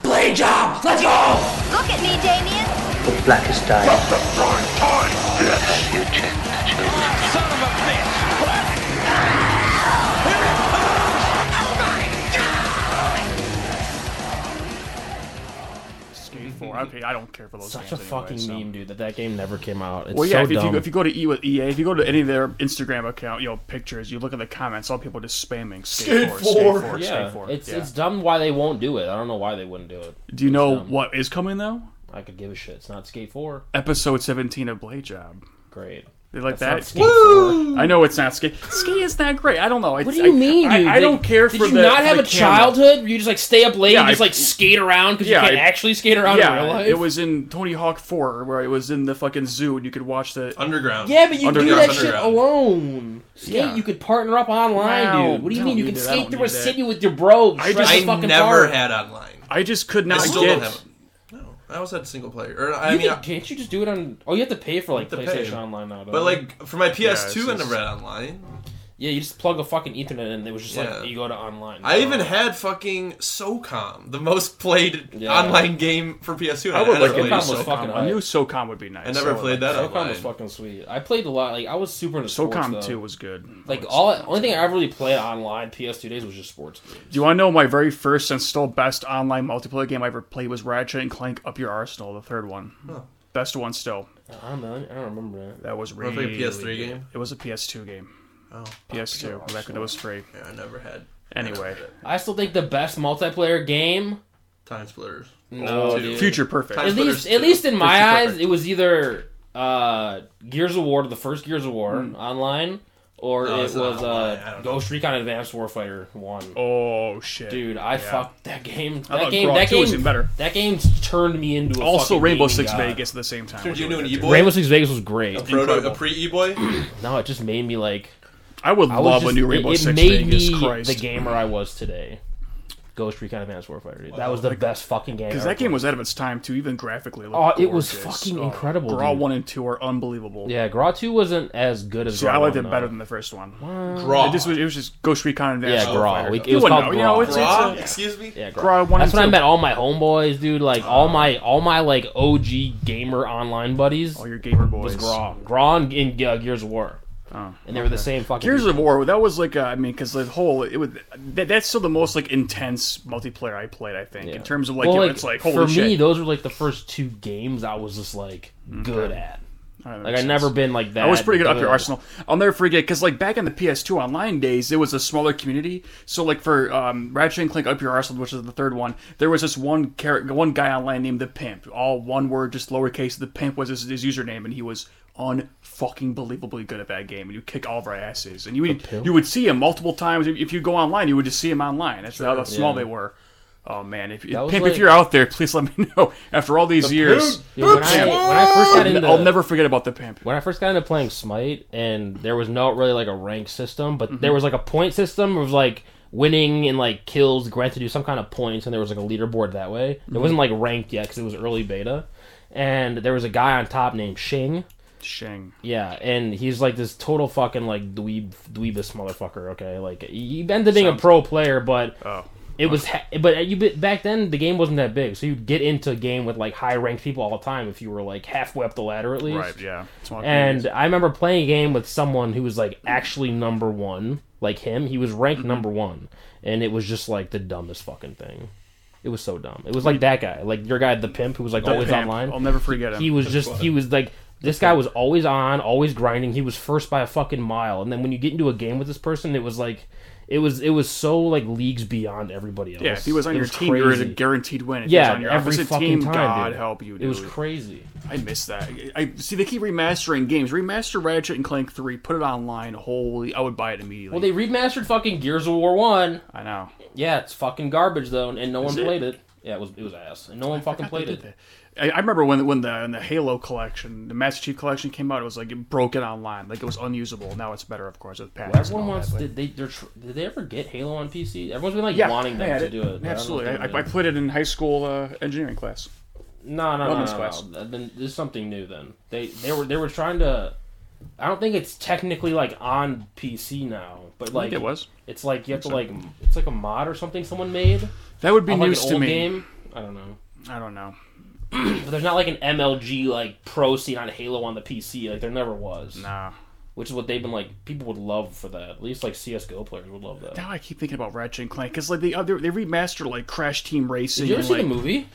day jobs. Let's go. Look at me, Damien. The blackest eyes. Skate 4. Okay, I don't care for those Mm-hmm. Such a games anyway, fucking so. meme, dude. That that game never came out. It's Well, yeah, so if, if dumb. you, if you go to E with EA, if you go to any of their Instagram account, you know, pictures, you look at the comments, all people just spamming Skate skate, four, four. skate four, yeah, skate four. it's yeah. it's dumb why they won't do it. I don't know why they wouldn't do it. Do you know dumb. what is coming though? I could give a shit. It's not Skate Four. Episode seventeen of Blade Job. Great. They like It's not that. Skate Four. I know it's not skate. Ski is not great. I don't know. It's, What do you I- mean, I, dude? I, Like, don't care Did for you the. not for have the a camera. childhood? You just like stay up late Yeah, and just I- like skate around because Yeah, you can't I- actually skate around in real Yeah, life. it was in Tony Hawk Four, where it was in the fucking zoo, and you could watch the. Underground. Yeah, but you do Underground, that shit underground. alone. Skate, Yeah. you could partner up online, No, dude. What do you I mean? don't You need that. can I skate don't through a need that. city with your bro. I dress just- a I fucking never bar. had online. I just could I not still get. don't have. No, I always had single player. Or I You mean, can, I- can't you just do it on? Oh, you have to pay for like You have to pay. PlayStation Online now. don't but you? like for my PS2, it's I never just- had online. yeah, you just plug a fucking Ethernet in. and It was just Yeah. like you go to online. I even had fucking SOCOM, the most played Yeah. online game for PS2. I would I like never played it. SOCOM was SOCOM. fucking I knew SOCOM would be nice. I never so, played like, that SOCOM was online. fucking sweet. I played a lot. Like I was super into sports. SOCOM though. Two was good. Like all, only thing I ever really played online PS2 days was just sports. Do you want to know my very first and still best online multiplayer game I ever played was Ratchet and Clank Up Your Arsenal, the third one. Best one still. I don't know. I don't remember that. That was Was really it like a PS3 good. game? It was a PS2 game. Oh. PS2 back when it was free. Yeah, I never had. Anyway, I still think the best multiplayer game. Time Splitters. No, dude. Future Perfect. Time At least, at least in my eyes, it was either uh, Gears of War, the first Gears of War Mm. online, or No, it it's was not online. I uh, don't know. Ghost Recon Advanced Warfighter One. Oh shit, Dude, I fucked that game. That thought game, Grog that 2 game, was even better. that game turned me into a Also, fucking Rainbow gaming Six god. Vegas at the same time. Turned was you into really an good, e too. boy. Rainbow Six Vegas was great. Proto, Incredible. a pre e boy. No, it just made me like I would I was love just, a new it- Rainbow it, Six made Vegas. me Christ, the gamer I was today. Ghost Recon Advanced Warfighter. That was the best fucking game. because I that ever game was out of its time too, even graphically. Oh, looked it was gorgeous. fucking Oh, incredible, Brawl dude. one and two are unbelievable. played. Yeah, uh, Gra 2 wasn't as good as. See, Gra I liked 1, it better though. than the first one. Draw. It just was, it was just Ghost Recon Advanced. Yeah, Gra. Warfighter. We- it You was wouldn't called know. You know, Gra. it's, Draw? it's a- Excuse me. Yeah, Gra Gra. 1 and That's when I 2. met all my homeboys, dude. Like all my all my like OG gamer online buddies. all your gamer was boys. Gra. Gra and, and uh, Gears of War. Oh. and they were the same fucking. Gears of War, that was like, uh, I mean, because the whole, it was, that, that's still the most like intense multiplayer I played, I think, in terms of like, Well, you know, it's like, holy for shit. me, those were like the first two games I was just like good at. All right, that Like makes I sense. never been like that. I was pretty good up at your arsenal. I'll never forget because like back in the PS2 online days, it was a smaller community. So like for um, Ratchet and Clank Up Your Arsenal, which is the third one, there was this one character, one guy online named the Pimp. All one word, just lowercase. The Pimp was his, his username, and he was unfucking believably good at that game. And you kick all of our asses. And you would you would see him multiple times if you go online. You would just see him online. That's how small Yeah. they were. Oh man, if, That was Pimp, like- if you're out there, please let me know. After all these years, Dude, when, I, when I first got into, I'll never forget about the Pimp. When I first got into playing Smite, and there was not really like a rank system, Mm-hmm. but there was like a point system. It was like winning and like kills granted you some kind of points, and there was like a leaderboard that way. Mm-hmm. It wasn't like ranked yet because it was early beta, and there was a guy on top named Shing. Shang. Yeah, and he's like this total fucking like dweeb dweebus motherfucker. Okay, like he ended up being a pro player, but Oh. it was ha- but you bit- back then the game wasn't that big, so you'd get into a game with like high ranked people all the time if you were like halfway up the ladder at least. Right, yeah. Small And communities. I remember playing a game with someone who was like actually number one, like him. He was Mm-hmm. ranked number one, and it was just like the dumbest fucking thing. It was so dumb. It was like that guy, like your guy, the pimp, who was like The always Pimp. online I'll never forget him. he was just he was like this guy was always on, always grinding. He was first by a fucking mile, and then when you get into a game with this person, it was like it was it was so like leagues beyond everybody else. yeah, if he was on It your team, you were a crazy. guaranteed win. If he yeah, was on your every opposite fucking team, time. God dude. help you. Dude. It was crazy. I miss that. I I- see they keep remastering games. Remaster Ratchet and Clank Three. Put it online. Holy, I would buy it immediately. Well, they remastered fucking Gears of War One. I know. Yeah, it's fucking garbage though, and no one it? played it. Yeah, it was it was ass, and no one fucking played it. I, I remember when when the when the Halo collection, the Master Chief collection came out. It was like it broke it online. Like it was unusable. Now it's better, of course, with patches. and Everyone all wants. that, but- Did they? They're, tr- did they ever get Halo on PC? Everyone's been like yeah, wanting them yeah, to do it. but I don't know if Absolutely. they I, did. I played it in high school uh, engineering class. No, no, no, Weapons no, class. no. Then there's something new. Then they they were they were trying to. I don't think it's technically like on PC now, but like it was. It's like you have to like m- it's like a mod or something someone made. That would be of, like, news an to old me. Game, I don't know. I don't know. But there's not like an MLG like pro scene on Halo on the PC. Like there never was. Nah. Which is what they've been like. People would love for that. At least like CS:GO players would love that. Now I keep thinking about Ratchet and Clank because like they other they remastered like Crash Team Racing. Did you ever and, see like, the movie?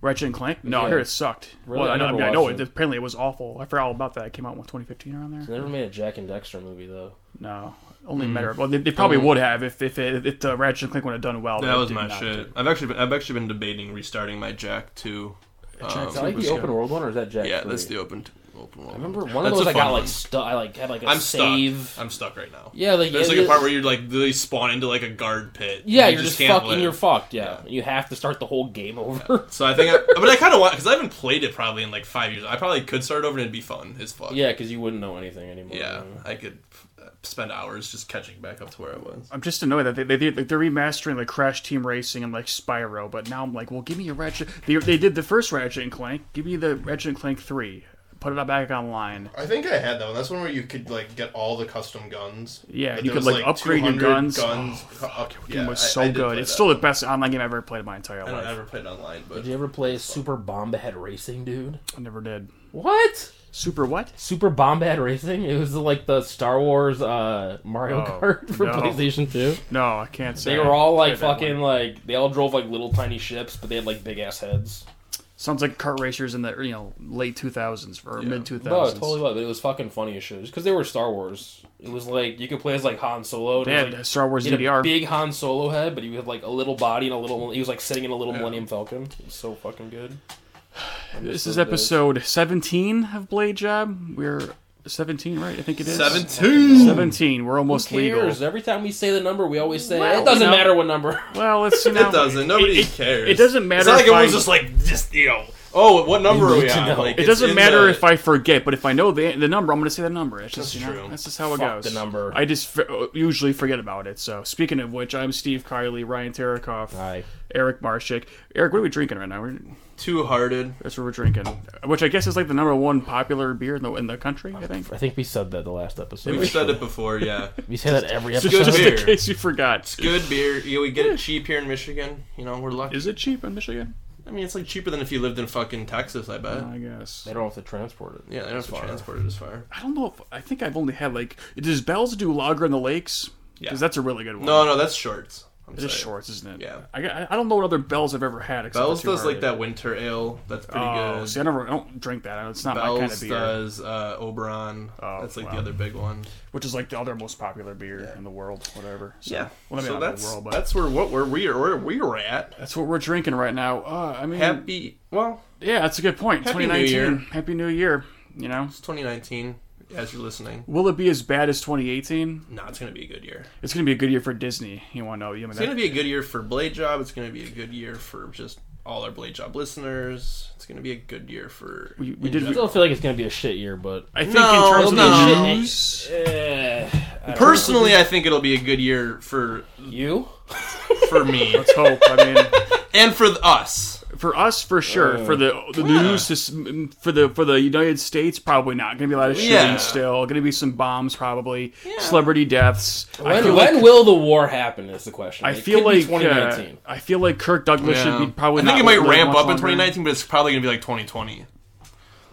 Ratchet and Clank? No, I Yeah. heard it sucked. Really? Well, I, I know, I, never mean, I know it. watched it. Apparently, it was awful. I forgot all about that. It came out in what, 2015 around there. They never made a Jack and Dexter movie though. No, only a Mm. matter of. Well, they, they probably would have if if it, if the Ratchet and Clank would have done well. but Oh. That it was did my not. shit. I've actually been, I've actually been debating restarting my Jack too. Um, Is that like the open world one or is that Jack? yeah, three? that's the open open world. I remember one of That's those a I fun got like one. stuck. I like had like a I'm save. stuck. I'm stuck right now. Yeah, like There's yeah, like a it- part where you're like literally spawn into like a guard pit. yeah, You you're just, can't fucking. live. You're fucked. Yeah. you have to start the whole game over. So I think, I, but I kind of want because I haven't played it probably in like five years. I probably could start over and it'd be fun as fuck. yeah, because you wouldn't know anything anymore. yeah. I could uh, spend hours just catching back up to where I was. I'm just annoyed that they, they did, like, they're remastering like Crash Team Racing and like Spyro, but now I'm like, well, give me a Ratchet. They, they did the first Ratchet and Clank. Give me the Ratchet and Clank three. Put it back online. I think I had that one. That's one where you could like get all the custom guns. Yeah, Like, you there could, was, like, upgrade your 200 guns. Oh, Guns. up, It was I- so I did good. play It's that still one. the best online game I've ever played in my entire I life. don't ever play it online, but Did you ever play Super Bombad Racing, dude? I never did. What? Super what? Super Bombad Racing? It was like the Star Wars uh, Mario Oh, Kart for no. PlayStation 2. No, I can't say. They were all like Say that fucking like they all drove like little tiny ships, but they had like big ass heads. Sounds like kart racers in the you know late 2000s or mid No, 2000s. it totally was. But it was fucking funny as shit. Just because they were Star Wars, it was like you could play as like Han Solo. and They it E was, had like, Star Wars he had a DDR. big Han Solo head, but he had like a little body and a little. He was like sitting in a little Millennium Falcon. It was so fucking good. I miss This is those days. episode 17 of Blade Job. We're 17, right? I think it is. seventeen. 17. We're almost Who cares? legal. Every time we say the number, we always say Well, it doesn't you know- matter what number. Well, it's you know, It doesn't. Nobody it- cares. It doesn't matter. It's not like if everyone's I- just like just you know. Oh, what number are need we to on? know. Like, It it's doesn't in matter the- if I forget, but if I know the the number, I'm going to say the number. It's just That's you know, true. that's just how it Fuck goes. the number. I just f- usually forget about it. So speaking of which, I'm Steve Kiley, Ryan Tarakoff, Hi. Eric Marshik. Eric, what are we drinking right now? We're, two-hearted. that's what we're drinking, which I guess is like the number one popular beer in the in the country. I think. I think we said that the last episode. We've said it before. Yeah, We say that every Just, episode. good just in beer. case you forgot, good beer. You know, we get it cheap here in Michigan. You know, we're lucky. is it cheap in Michigan? I mean, it's like cheaper than if you lived in fucking Texas. I bet. I guess. They don't have to transport it. Yeah, they don't have to transport it as far. I don't know if I think I've only had like. Does Bell's do Lager in the Lakes? Because Yeah. that's a really good one. No, no, that's shorts. I'm It's sorry. just shorts, isn't it? Yeah. I, got- I don't know what other Bell's I've ever had. Except Bell's for does like Two-Hearted. that winter ale. That's pretty Oh, good. see, I never I don't drink that. It's not Bell's my kind of beer, does uh, Oberon. Oh, that's like wow. the other big one. which is like the other most popular beer in the world, whatever. So, well, I mean, so not the that's world, but that's that's, where what we're we are where we're at. what we're drinking right now. Uh, I mean, Happy well, yeah, that's a good point. Happy New 2019, Year. Happy New Year. You know, it's 2019. As you're listening, will it be as bad as 2018? no, it's gonna be a good year. It's gonna be a good year for Disney. You want to know? You mean It's gonna that, be a good year for Blade Job. It's gonna be a good year for just all our Blade Job listeners. It's gonna be a good year for. we, we in did. I still feel like it's gonna be a shit year, but I think No, in terms of no. the news, Eh, I don't Personally, I think it'll be a good year for know. you for me let's hope. I mean. and for th- us. for us for sure for the the news sys- for the for the united states probably not gonna be a lot of shooting Yeah. still gonna be some bombs probably celebrity deaths i when, feel when like will the war happen? Is the question. I It feel could be like uh, 2019. I feel like Kirk Douglas should Yeah. be probably. I think not it might live ramp much up in longer. 2019, but it's probably gonna be like 2020.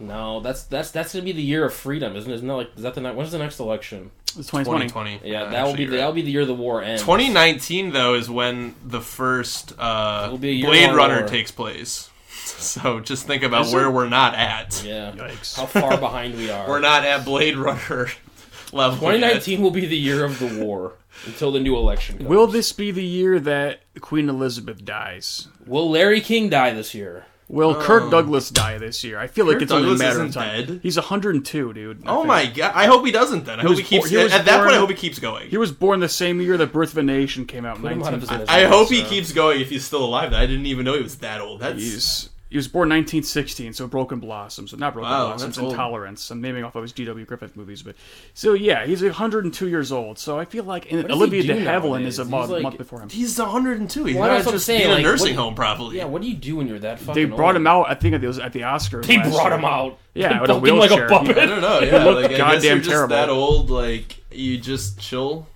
no, that's that's that's gonna be the year of freedom, isn't it? Isn't that like is that the next? When's the next election? It's 2020. 2020. Yeah, Uh, that will actually, be you're the, right. that'll be the year the war ends. 2019 though is when the first uh, It'll be a year Blade long Runner war. takes place. So just think about where we're not at. Yeah, Yikes. how far behind we are. We're not at Blade Runner level. 2019 will be the year of the war until the new election. Comes. Will this be the year that Queen Elizabeth dies? Will Larry King die this year? Will Kirk Douglas die this year? I feel like Oh. Kirk it's only a Douglas matter of isn't time. dead. He's 102, dude. I Oh think. my god! I hope he doesn't. Then I hope was he keeps. born- he was at that point, born- I hope he keeps going. He was born the same year that Birth of a Nation came out. in Put him out 19- of his misery, I hope he so. keeps going if he's still alive. I didn't even know he was that old. That's He's he was born 1916, so Broken Blossoms, so not Broken Wow, Blossoms, that's old. Intolerance. I'm naming off of his D.W. Griffith movies, but so yeah, he's 102 years old. So I feel like and does Olivia he de do Havilland nowadays? is a He's month, like- month before him. he's 102. He's Well, that's not what I'm just saying, in a like, nursing what- home, probably. Yeah, what do you do when you're that fucking? They brought old? him out. I think it was at the Oscars. They last brought year. him out. Yeah, they with a bumped him like wheelchair. a puppet. I don't know. Yeah, looked like, I guess goddamn you're just terrible. that old. Like you just chill.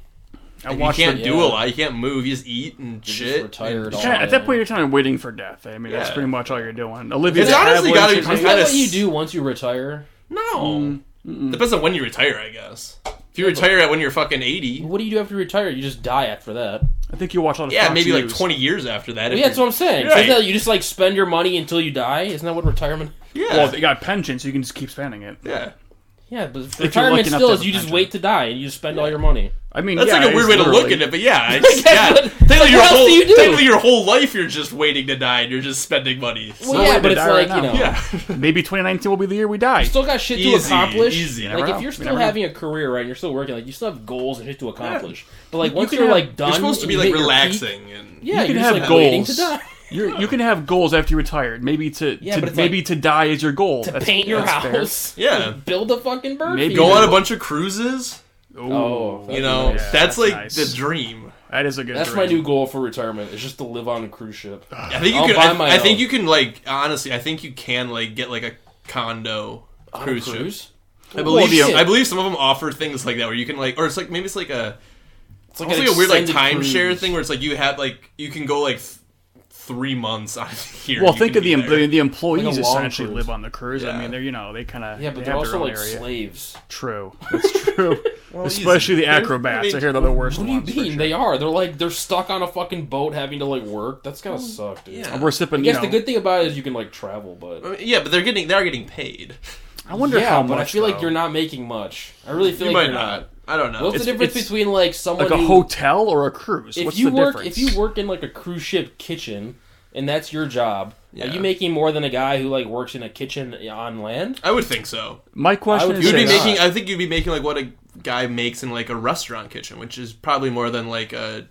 I you watched can't the- do yeah. a lot. You can't move. You just eat and just shit. retired all- And, Kinda- at that point, you're kind of waiting for death. I mean, that's Yeah. pretty much all you're doing. Olivia, It's honestly gotta be Isn't I that kinda what you s- do once you retire? Mm, no, depends on when you retire, I guess. If you retire at when you're fucking eighty, What do you do after you retire? You just die after that. I think you watch a lot of yeah, Fox maybe like News. twenty years after that. if yeah, that's you're- what I'm saying. Right. Isn't that you just like spend your money until you die? Isn't that what retirement? yeah, Well, they got a pension, so you can just keep spending it. yeah. Yeah, but you're retirement lucky enough still to is have you a just pension. wait to die and you just spend all your money. I mean, That's yeah, like a it's weird way to look literally- at it, but yeah, it's, Exactly. yeah. Like, Technically, what your else do whole you do? technically your whole life you're just waiting to die, and you're just spending money. So, Well, yeah, way but to it's die right like you now. know, yeah, Maybe 2019 will be the year we die. still got shit to Easy, accomplish. easy. You Like never if know. you're You still never know. having a career, right? and You're still working. Like you still have goals and shit to accomplish. But like You once can you are have- like done, you're supposed to and be you like hit your peak, relaxing and yeah, you can are have just, like, waiting goals. to die. You're, you can have goals after you retired. Maybe to, Yeah, to- but it's maybe like- to die is your goal. to That's- paint your that's fair. house. Yeah. build a fucking bird. Maybe- go feeder. on a bunch of cruises. Ooh, Oh, You that'd be know, nice. that's, that's like nice. the dream. that is a good. That's my dream. new goal for retirement. Is just to live on a cruise ship. I think you I'll can. buy I, my I think own. you can like honestly. I think you can like get like a condo On a cruise, ship. cruise? I believe Well, shit. I believe some of them offer things like that where you can like, or it's like maybe it's like a It's like, it's an like a weird like extended timeshare cruise. thing where it's like you have like you can go like th- three months out of the year. Well, You think can of the be there. em- the employees Like a long essentially cruise. live on the cruise. I Yeah. mean, they're you know they kind of Yeah, but they they're have their also own like area. slaves. True, that's true. Especially the easy. acrobats. I hear they're the worst What do you ones. for mean? sure. They are. They're like they're stuck on a fucking boat having to like work. That's gotta suck, dude. yeah. Uh, We're I sipping. guess you the know- good thing about it is you can like travel, but I mean, yeah, but they're getting they're getting paid. I wonder yeah, how but much. I feel though. like you're not making much. I really feel you like might you're not. not. I don't know. What's the It's- difference it's between like someone like a who, hotel or a cruise. if What's you the work difference? if you work in like a cruise ship kitchen and that's your job, are Yeah. you making more than a guy who like works in a kitchen on land? I would think so. my I question would is, You You'd be Say this. not. making. I think you'd be making like what a guy makes in like a restaurant kitchen, which is probably more than like a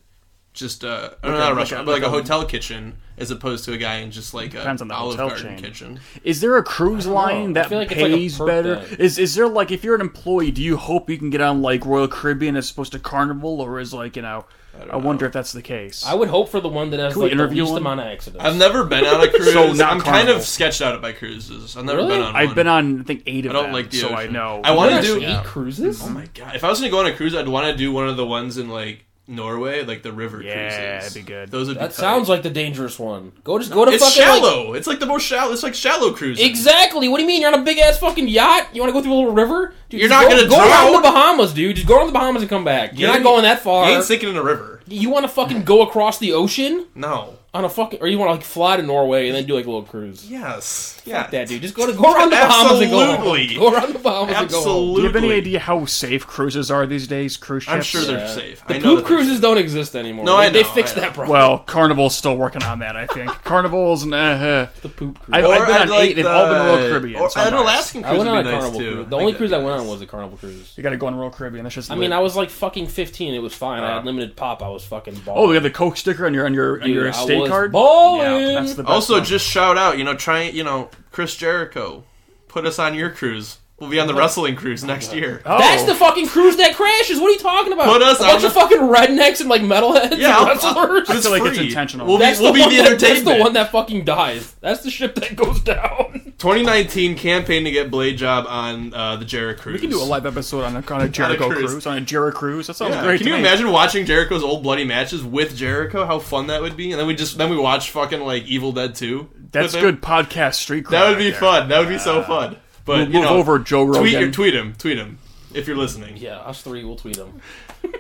just a or not a like restaurant, a- but like a like a- hotel kitchen, as opposed to a guy in just like a Depends on the Olive hotel Garden chain. kitchen. Is there a cruise line know. I that feel like it's like a pays perk better? thing. Is is there like if you're an employee, do you hope you can get on like Royal Caribbean as opposed to Carnival, or is like you know? I, wonder if that's the case. I would hope for the one that has Can we like the interview least one? amount of accidents. I've never been on a cruise. So not I'm kind Carnival. of sketched out by cruises. I've never Really? been on. I've one. been on I think eight of I don't them, like the so I ocean. know. I wanna There's do- actually eight cruises. Oh my god! If I was going to go on a cruise, I'd want to do one of the ones in like Norway, like the river Yeah, cruises. that'd be good. Those would be That tight. sounds like the dangerous one. Go just go to It's fucking like- shallow. it's like the most shallow. It's like shallow cruises. Exactly. What do you mean? You're on a big ass fucking yacht. You want to go through a little river? Dude, You're just not go, gonna go around drown. the Bahamas, dude. Just go around the Bahamas and come back. You're Yeah, not going that far. You ain't sinking in a river. You want to fucking go across the ocean No. on a fucking, or you want to like fly to Norway and then do like a little cruise? Yes. Yeah. Fuck that dude. Just go to go around the Bahamas and go home. Absolutely. Go around the Bahamas Do Absolutely. you have any idea how safe cruises are these days? Cruise ships. I'm sure and go home. they're Yeah. safe. The I know poop that cruises don't exist anymore. No, they, I they know, I fixed know. that problem. Well, Carnival's still working on that. I think Carnival's. Nah, uh, the poop cruise. I- Or I've been I'd on eight. They've the- all been Royal Caribbean, Or so I'm an biased. Alaskan I cruise went would on be a nice carnival too. cruise. The only cruise I went on was a carnival cruise. you got to go on Royal Caribbean. That's just. I mean, lit. I was like fucking 15. It was fine. I had Uh, limited pop. I was fucking balling. Oh, they got the Coke sticker on your on your on Dude, your I estate was card. balling. Yeah, that's the best Also, one. just shout out. You know, try. You know, Chris Jericho, put us on your cruise. We'll be on the wrestling cruise next year. Oh. That's the fucking cruise that crashes. What are you talking about? Put us a on bunch the- of fucking rednecks and like metalheads Yeah, and I'll- wrestlers. I feel like it's free. intentional. We'll be, that's we'll the be one the that- that's entertainment. the one that fucking dies. That's the ship that goes down. 2019 campaign to get Blade Job on uh, the Jericho cruise. We can do a live episode on a, on a Jericho cruise. cruise. on a Jericho cruise. That sounds Yeah, great. Can to you me. imagine watching Jericho's old bloody matches with Jericho? How fun that would be! And then we just then we watch fucking like Evil Dead Two. That's with him. good podcast street. cred That would right be there. fun. That would be so fun. But We'll you move know, over Joe Rogan. tweet or tweet him, tweet him if you're listening. Yeah, us three will tweet them.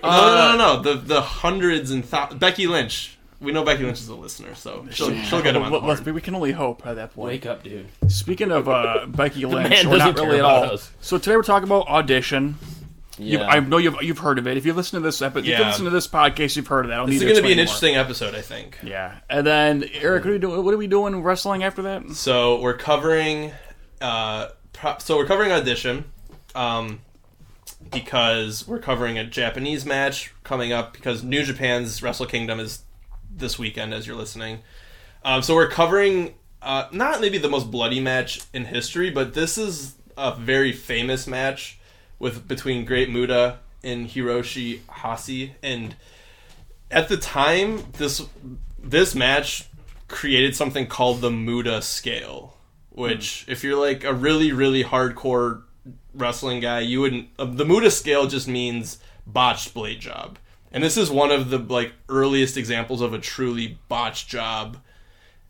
Uh, no, no, no, the the hundreds and thou- Becky Lynch. We know Becky Lynch is a listener, so she'll, she'll get him on. The Let- let's horn. be- we can only hope at that point. Wake up, dude. Speaking of uh, Becky Lynch, man we're not doesn't really care at about all. us. So today we're talking about audition. Yeah. I know you've you've heard of it. If you listen to this episode, if you Yeah. listen to this podcast, you've heard of that. I don't This is need going to be explain an more. interesting episode, I think. Yeah, and then Eric, what are we doing? What are we doing wrestling after that? So we're covering, uh, pro- so we're covering audition, um, because we're covering a Japanese match coming up because New Japan's Wrestle Kingdom is this weekend as you're listening. Um, so we're covering uh, not maybe the most bloody match in history, but this is a very famous match with between Great Muda and Hiroshi Hase, and at the time this this match created something called the Muda scale, which if you're like a really really hardcore wrestling guy, you wouldn't. Uh, the Muda scale just means botched blade job. And this is one of the like earliest examples of a truly botched job.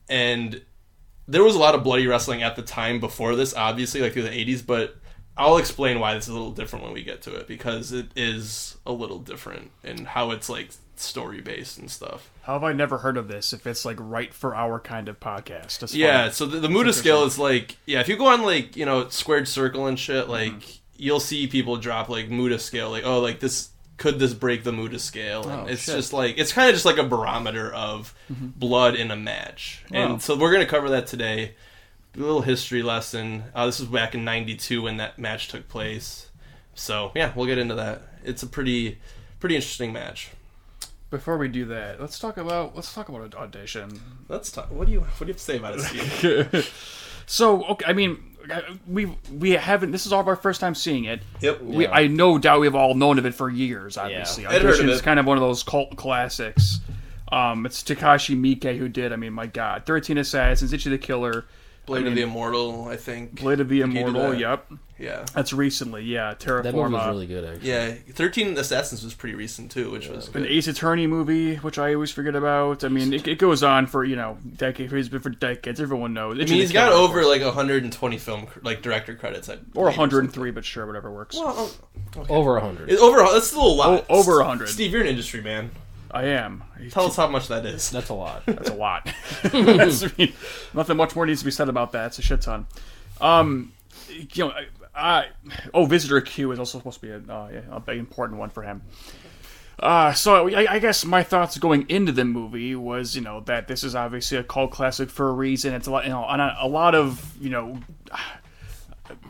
And there was a lot of bloody wrestling at the time before this, obviously, like through the 80s, but I'll explain why this is a little different when we get to it because it is a little different and how it's like story based and stuff. How have I never heard of this? If it's like right for our kind of podcast, That's Yeah, funny. so the, the Muda scale is like, yeah, if you go on like, you know, squared circle and shit, like, you'll see people drop like Muda scale, like, oh, like this, could this break the Muda scale? And Oh, it's shit. just like, it's kind of just like a barometer of blood in a match. Wow. And so we're going to cover that today. A little history lesson. Uh, this was back in 92 when that match took place. So, yeah, we'll get into that. It's a pretty, pretty interesting match. Before we do that, let's talk about let's talk about audition. Let's talk. What do you, what do you have to say about it, Steve? So okay, I mean, I- we we haven't. This is all of our first time seeing it. yep. We, I no doubt we've all known of it for years. Obviously, I'd heard of audition is it. kind of one of those cult classics. Um, it's Takashi Miike who did. I mean, my God, Thirteen Assassins, Itchy the Killer, Blade of the Immortal, I think. Blade of the did Immortal. that. Yep, Yeah. that's recently. Yeah, Terraforma. That movie was really good, actually. Yeah, Thirteen Assassins was pretty recent too, which was an good. Ace Attorney movie, which I always forget about. I mean, it, it goes on for you know decades. It's been for decades. Everyone knows. I mean, he's got over like 120 film cr- like director credits, I or believe, 103, but sure, whatever works. something. Well, Over a hundred. it- over that's still a lot. O- over 100. Steve, you're an industry man. I am. Tell us how much that is. That's a lot. That's a lot. That's- I mean, nothing much more needs to be said about that. It's a shit ton. Um, you know, I, I oh, visitor Q is also supposed to be a, uh, yeah, a big important one for him. Uh, so I, I guess my thoughts going into the movie was, you know, that this is obviously a cult classic for a reason. It's a lot, you know, and a, a lot of, you know,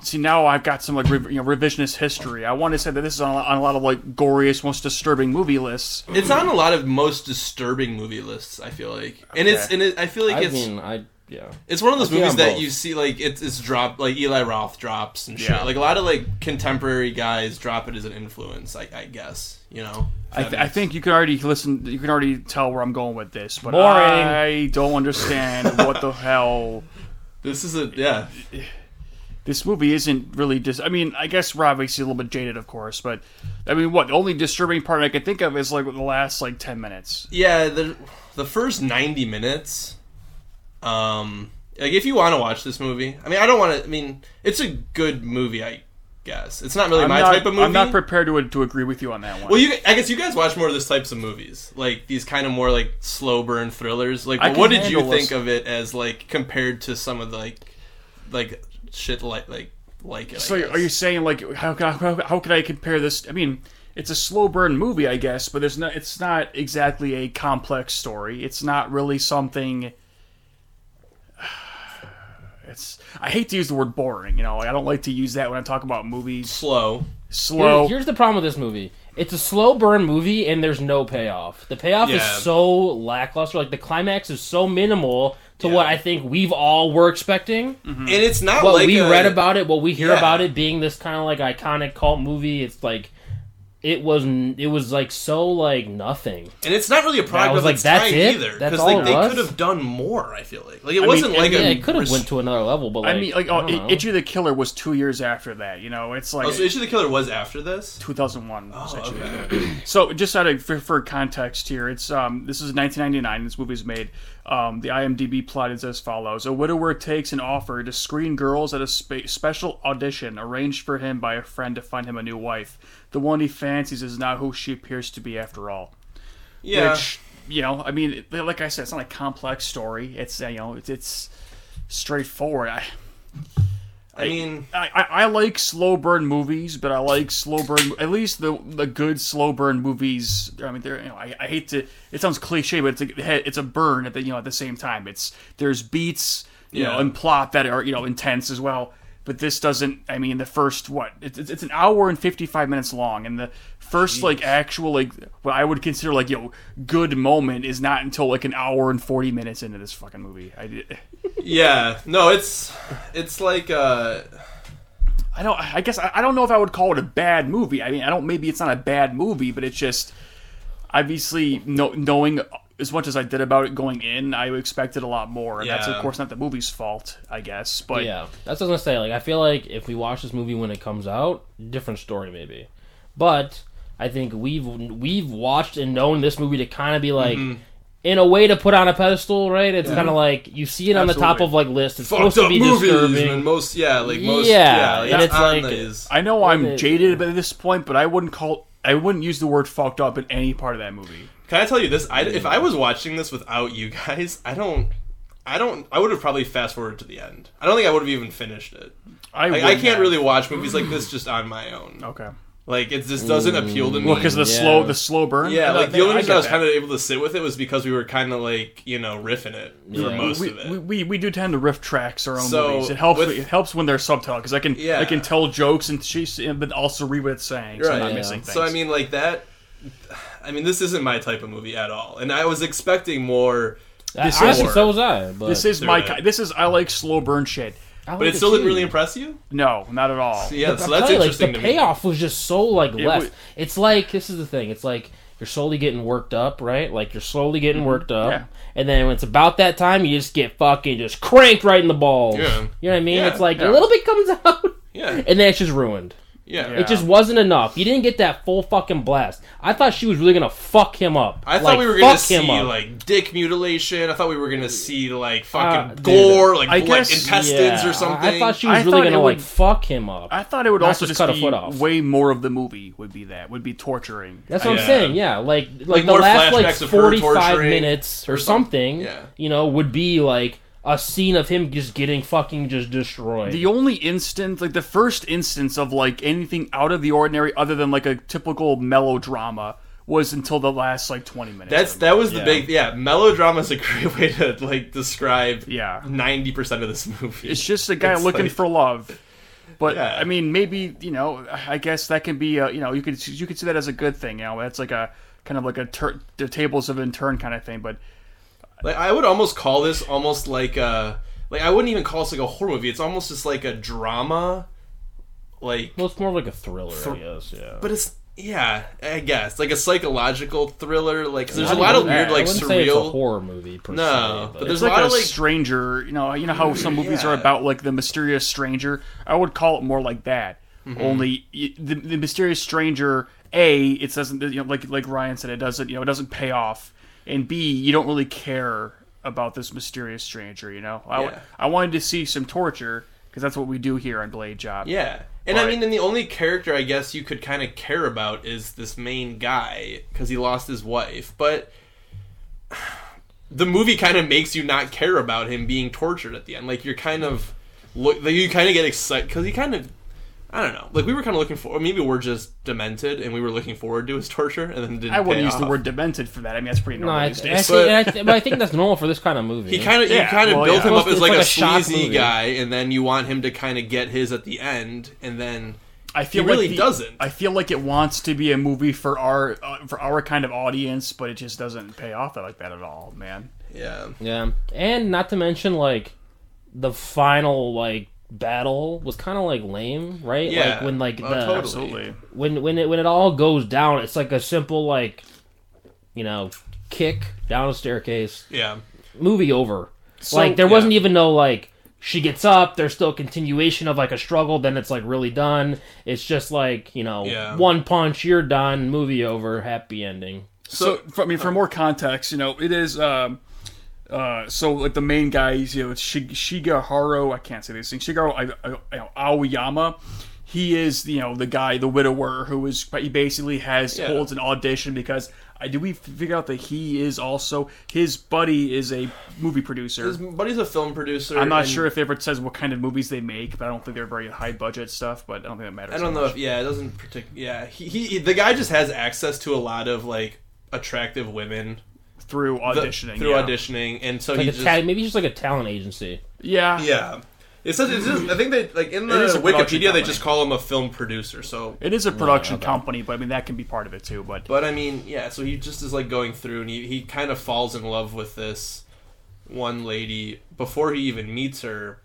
see now I've got some like re, you know revisionist history. I want to say that this is on, a- on a lot of like goriest, most disturbing movie lists. It's on a lot of most disturbing movie lists. I feel like, and it's and it, I feel like I it's mean, I yeah. it's one of those I'd be movies on that both. you see like it's it's dropped like Eli Roth drops and shit. Yeah. Like a lot of like contemporary guys drop it as an influence. I, I guess you know. I, th- I think you can already listen. You can already tell where I'm going with this, but Boring. I don't understand what the hell this is a yeah. this movie isn't really. Dis- I mean, I guess we're obviously a little bit jaded, of course, but I mean, what the only disturbing part I could think of is like the last like ten minutes. Yeah, the the first ninety minutes. Um, like if you want to watch this movie, I mean, I don't want to. I mean, it's a good movie, I guess. It's not really I'm my not, type of movie. I'm not prepared to to agree with you on that one. well, you, I guess you guys watch more of this types of movies, like these kind of more like slow burn thrillers. Like, I can what did you handle think this. of it as like compared to some of the, like like shit like like like it? I so guess. are you saying like how can I, how, how can I compare this? I mean. It's a slow burn movie, I guess, but there's no. It's not exactly a complex story. It's not really something. It's. I hate to use the word boring. You know, I don't like to use that when I talk about movies. slow? Slow. Here's, here's the problem with this movie. It's a slow burn movie, and there's no payoff. The payoff is Yeah. so lackluster. Like the climax is so minimal to what I think we've all were expecting. Hmm. And it's not What like we a- read about it, what we hear Yeah. about it being this kind of like iconic cult movie. It's like it was. n- It was like so like nothing. And it's not really a product was of like, its that's time it? either. That's Because all like it they was? could have done more, I feel like. Like it mean, wasn't and like Yeah, a it could have res- went to another level, but like, I mean, like, I oh, don't know. it, Itchy the Killer was two years after that. You know, it's like Oh, so Issue the Killer was after this? 2001. was Oh, Itchy the okay. So, just out of for, for context here, it's um this is 1999. This movie was made. Um, the IMDb plot is as follows: A widower takes an offer to screen girls at a spe- special audition arranged for him by a friend to find him a new wife. The one he fancies is not who she appears to be after all. Yeah. Which you know, I mean, it- like I said, it's not a complex story. It's uh, you know, it's, it's straightforward. I, I mean, I, I I like slow burn movies, but I like slow burn at least the the good slow burn movies. I mean, they're you know I, I hate to it sounds cliche, but it's a it's a burn at the you know at the same time. It's there's beats you know Yeah. and plot that are you know intense as well. But this doesn't. I mean, the first what it's it's it's an hour and fifty five minutes long, and the first like actual like what I would consider like you know good moment is not until like an hour and forty minutes into this fucking movie. I yeah. No, it's it's like uh I don't. I guess I, I don't know if I would call it a bad movie. I mean, I don't. Maybe it's not a bad movie, but it's just obviously no, knowing as much as I did about it going in, I expected a lot more, and that's of Yeah. course not the movie's fault, I guess. But Yeah, that's what I was gonna say. Like, I feel like if we watch this movie when it comes out, different story maybe. But I think we've we've watched and known this movie to kind of be like. Mm-hmm. In a way to put on a pedestal, right? It's kind of like you see it on the top Absolutely. of like lists. It's Fucked supposed to up be movies disturbing. and most yeah, like most Yeah, yeah, like, and it's on like- these. I know I'm it- jaded at this point, but I wouldn't call I wouldn't use the word fucked up in any part of that movie. Can I tell you this? I, if I was watching this without you guys, I don't, I don't, I would have probably fast forwarded to the end. I don't think I would have even finished it. I Like, I wouldn't can't have. really watch movies like this just on my own. Okay. Like it just doesn't appeal to me. Well, because the Yeah. slow the slow burn. yeah, No, like the no, only reason get I was that. kind of able to sit with it was because we were kind of like you know riffing it for Yeah. most we, of it. we, we, we do tend to riff tracks our own So, movies. It helps. with- it helps when they're subtitle because I can Yeah. I can tell jokes and she's but also read what it's saying. So I'm Right. not Yeah. missing things. So I mean, like that. I mean, this isn't my type of movie at all, and I was expecting more. This I, is- honestly, so was I. But this is my through ki- it. this is I like slow burn shit. I like But it the still didn't cheese. really impress you. No, not at all. Yeah, I'm so that's telling you, interesting Like, to the me. payoff was just so like less. wa- it's like this is the thing. It's like you're slowly getting worked up, right? Like you're slowly getting Mm-hmm. worked up, Yeah. and then when it's about that time, you just get fucking just cranked right in the balls. Yeah. You know what I mean? Yeah, it's like yeah. a little bit comes out, Yeah, and then it's just ruined. yeah. Yeah. It just wasn't enough. You didn't get that full fucking blast. I thought she was really gonna fuck him up. I thought Like, we were fuck gonna see him up. like dick mutilation. I thought we were gonna see like Uh, fucking dude, gore, like I blood, guess- intestines Yeah. or something. I thought she I was thought really gonna it like would- fuck him up. I thought it would Not also just, just cut a be foot off. way more of the movie would be that would be torturing. That's what Yeah. I'm saying. Yeah, like like, the more last like flashbacks of her forty five torturing minutes or or some- something. yeah. you know, would be like a scene of him just getting fucking just destroyed. The only instance, like the first instance of like anything out of the ordinary, other than like a typical melodrama, was until the last like twenty minutes. That's of that was the Yeah. big yeah. Melodrama is a great way to like describe Yeah. ninety percent of this movie. It's just a guy It's looking like- for love. But Yeah. I mean, maybe you know, I guess that can be, a, you know, you could you could see that as a good thing. You know, that's like a kind of like a tur- the tables of in turn kind of thing. But like I would almost call this almost like a like I wouldn't even call this like a horror movie. It's almost just like a drama, like well, it's more like a thriller, I guess. Yeah, but it's yeah I guess like a psychological thriller. Like 'cause there's a I lot of wouldn't- weird I like wouldn't say it's a surreal. horror movie. Per No, se, but but there's it's a like lot a of like stranger. You know, you know how some movies are Yeah. about like the mysterious stranger. I would call it more like that. Mm-hmm. Only y- the, the mysterious stranger. A, it doesn't. You know, like like Ryan said, it doesn't. You know, it doesn't pay off. And B, you don't really care about this mysterious stranger. You know, I, Yeah. w- I wanted to see some torture because that's what we do here on Blade Job. Yeah. And I But- mean, and the only character I guess you could kind of care about is this main guy because he lost his wife. But the movie kind of makes you not care about him being tortured at the end. Like you're kind of look, like, you kind of get excited because he kind of, I don't know. Like we were kind of looking for, maybe we're just demented and we were looking forward to his torture and then it didn't. I pay wouldn't use the off. word demented for that. I mean, that's pretty no, normal I, I, these days. see- But- and I th- but I think that's normal for this kind of movie. He kind of Yeah, you kind of well, built yeah. him up It's as like, a, shock sleazy movie. guy, and then you want him to kind of get his at the end, and then I feel He like really the- doesn't. I feel like it wants to be a movie for our uh, for our kind of audience, but it just doesn't pay off like that at all, man. yeah, yeah, and not to mention like the final like battle was kind of like lame, right? yeah. like when like Oh, the totally. Absolutely. when when it when it all goes down, it's like a simple like, you know, kick down a staircase. yeah. Movie over. like there yeah. wasn't even no like she gets up. There's still a continuation of like a struggle. Then it's like really done. It's just like you know Yeah. one punch, you're done. Movie over. Happy ending. So, for, I mean, uh, for more context, you know, it is. Um, uh, so, like the main guys, you know, it's Shig- Shigeharu. I can't say these things. Shigeharu I, I, you know, Aoyama. He is, you know, the guy, the widower, who is. But he basically has Yeah. holds an audition because. I do we figure out that he is also his buddy is a movie producer. His buddy's a film producer. I'm not and sure if it ever says what kind of movies they make, but I don't think they're very high budget stuff. But I don't think that matters. I don't so know much. if yeah, it doesn't partic- yeah, he, he the guy just has access to a lot of like attractive women through the- auditioning. through yeah. auditioning and so Like he a just ta- maybe it's just like a talent agency. Yeah, yeah. It says it's just, I think they like in the It is a production Wikipedia they company. just call him a film producer. So It is a production company, but I mean that can be part of it too. But but I mean, yeah, so he just is like going through and he, he kind of falls in love with this one lady before he even meets her.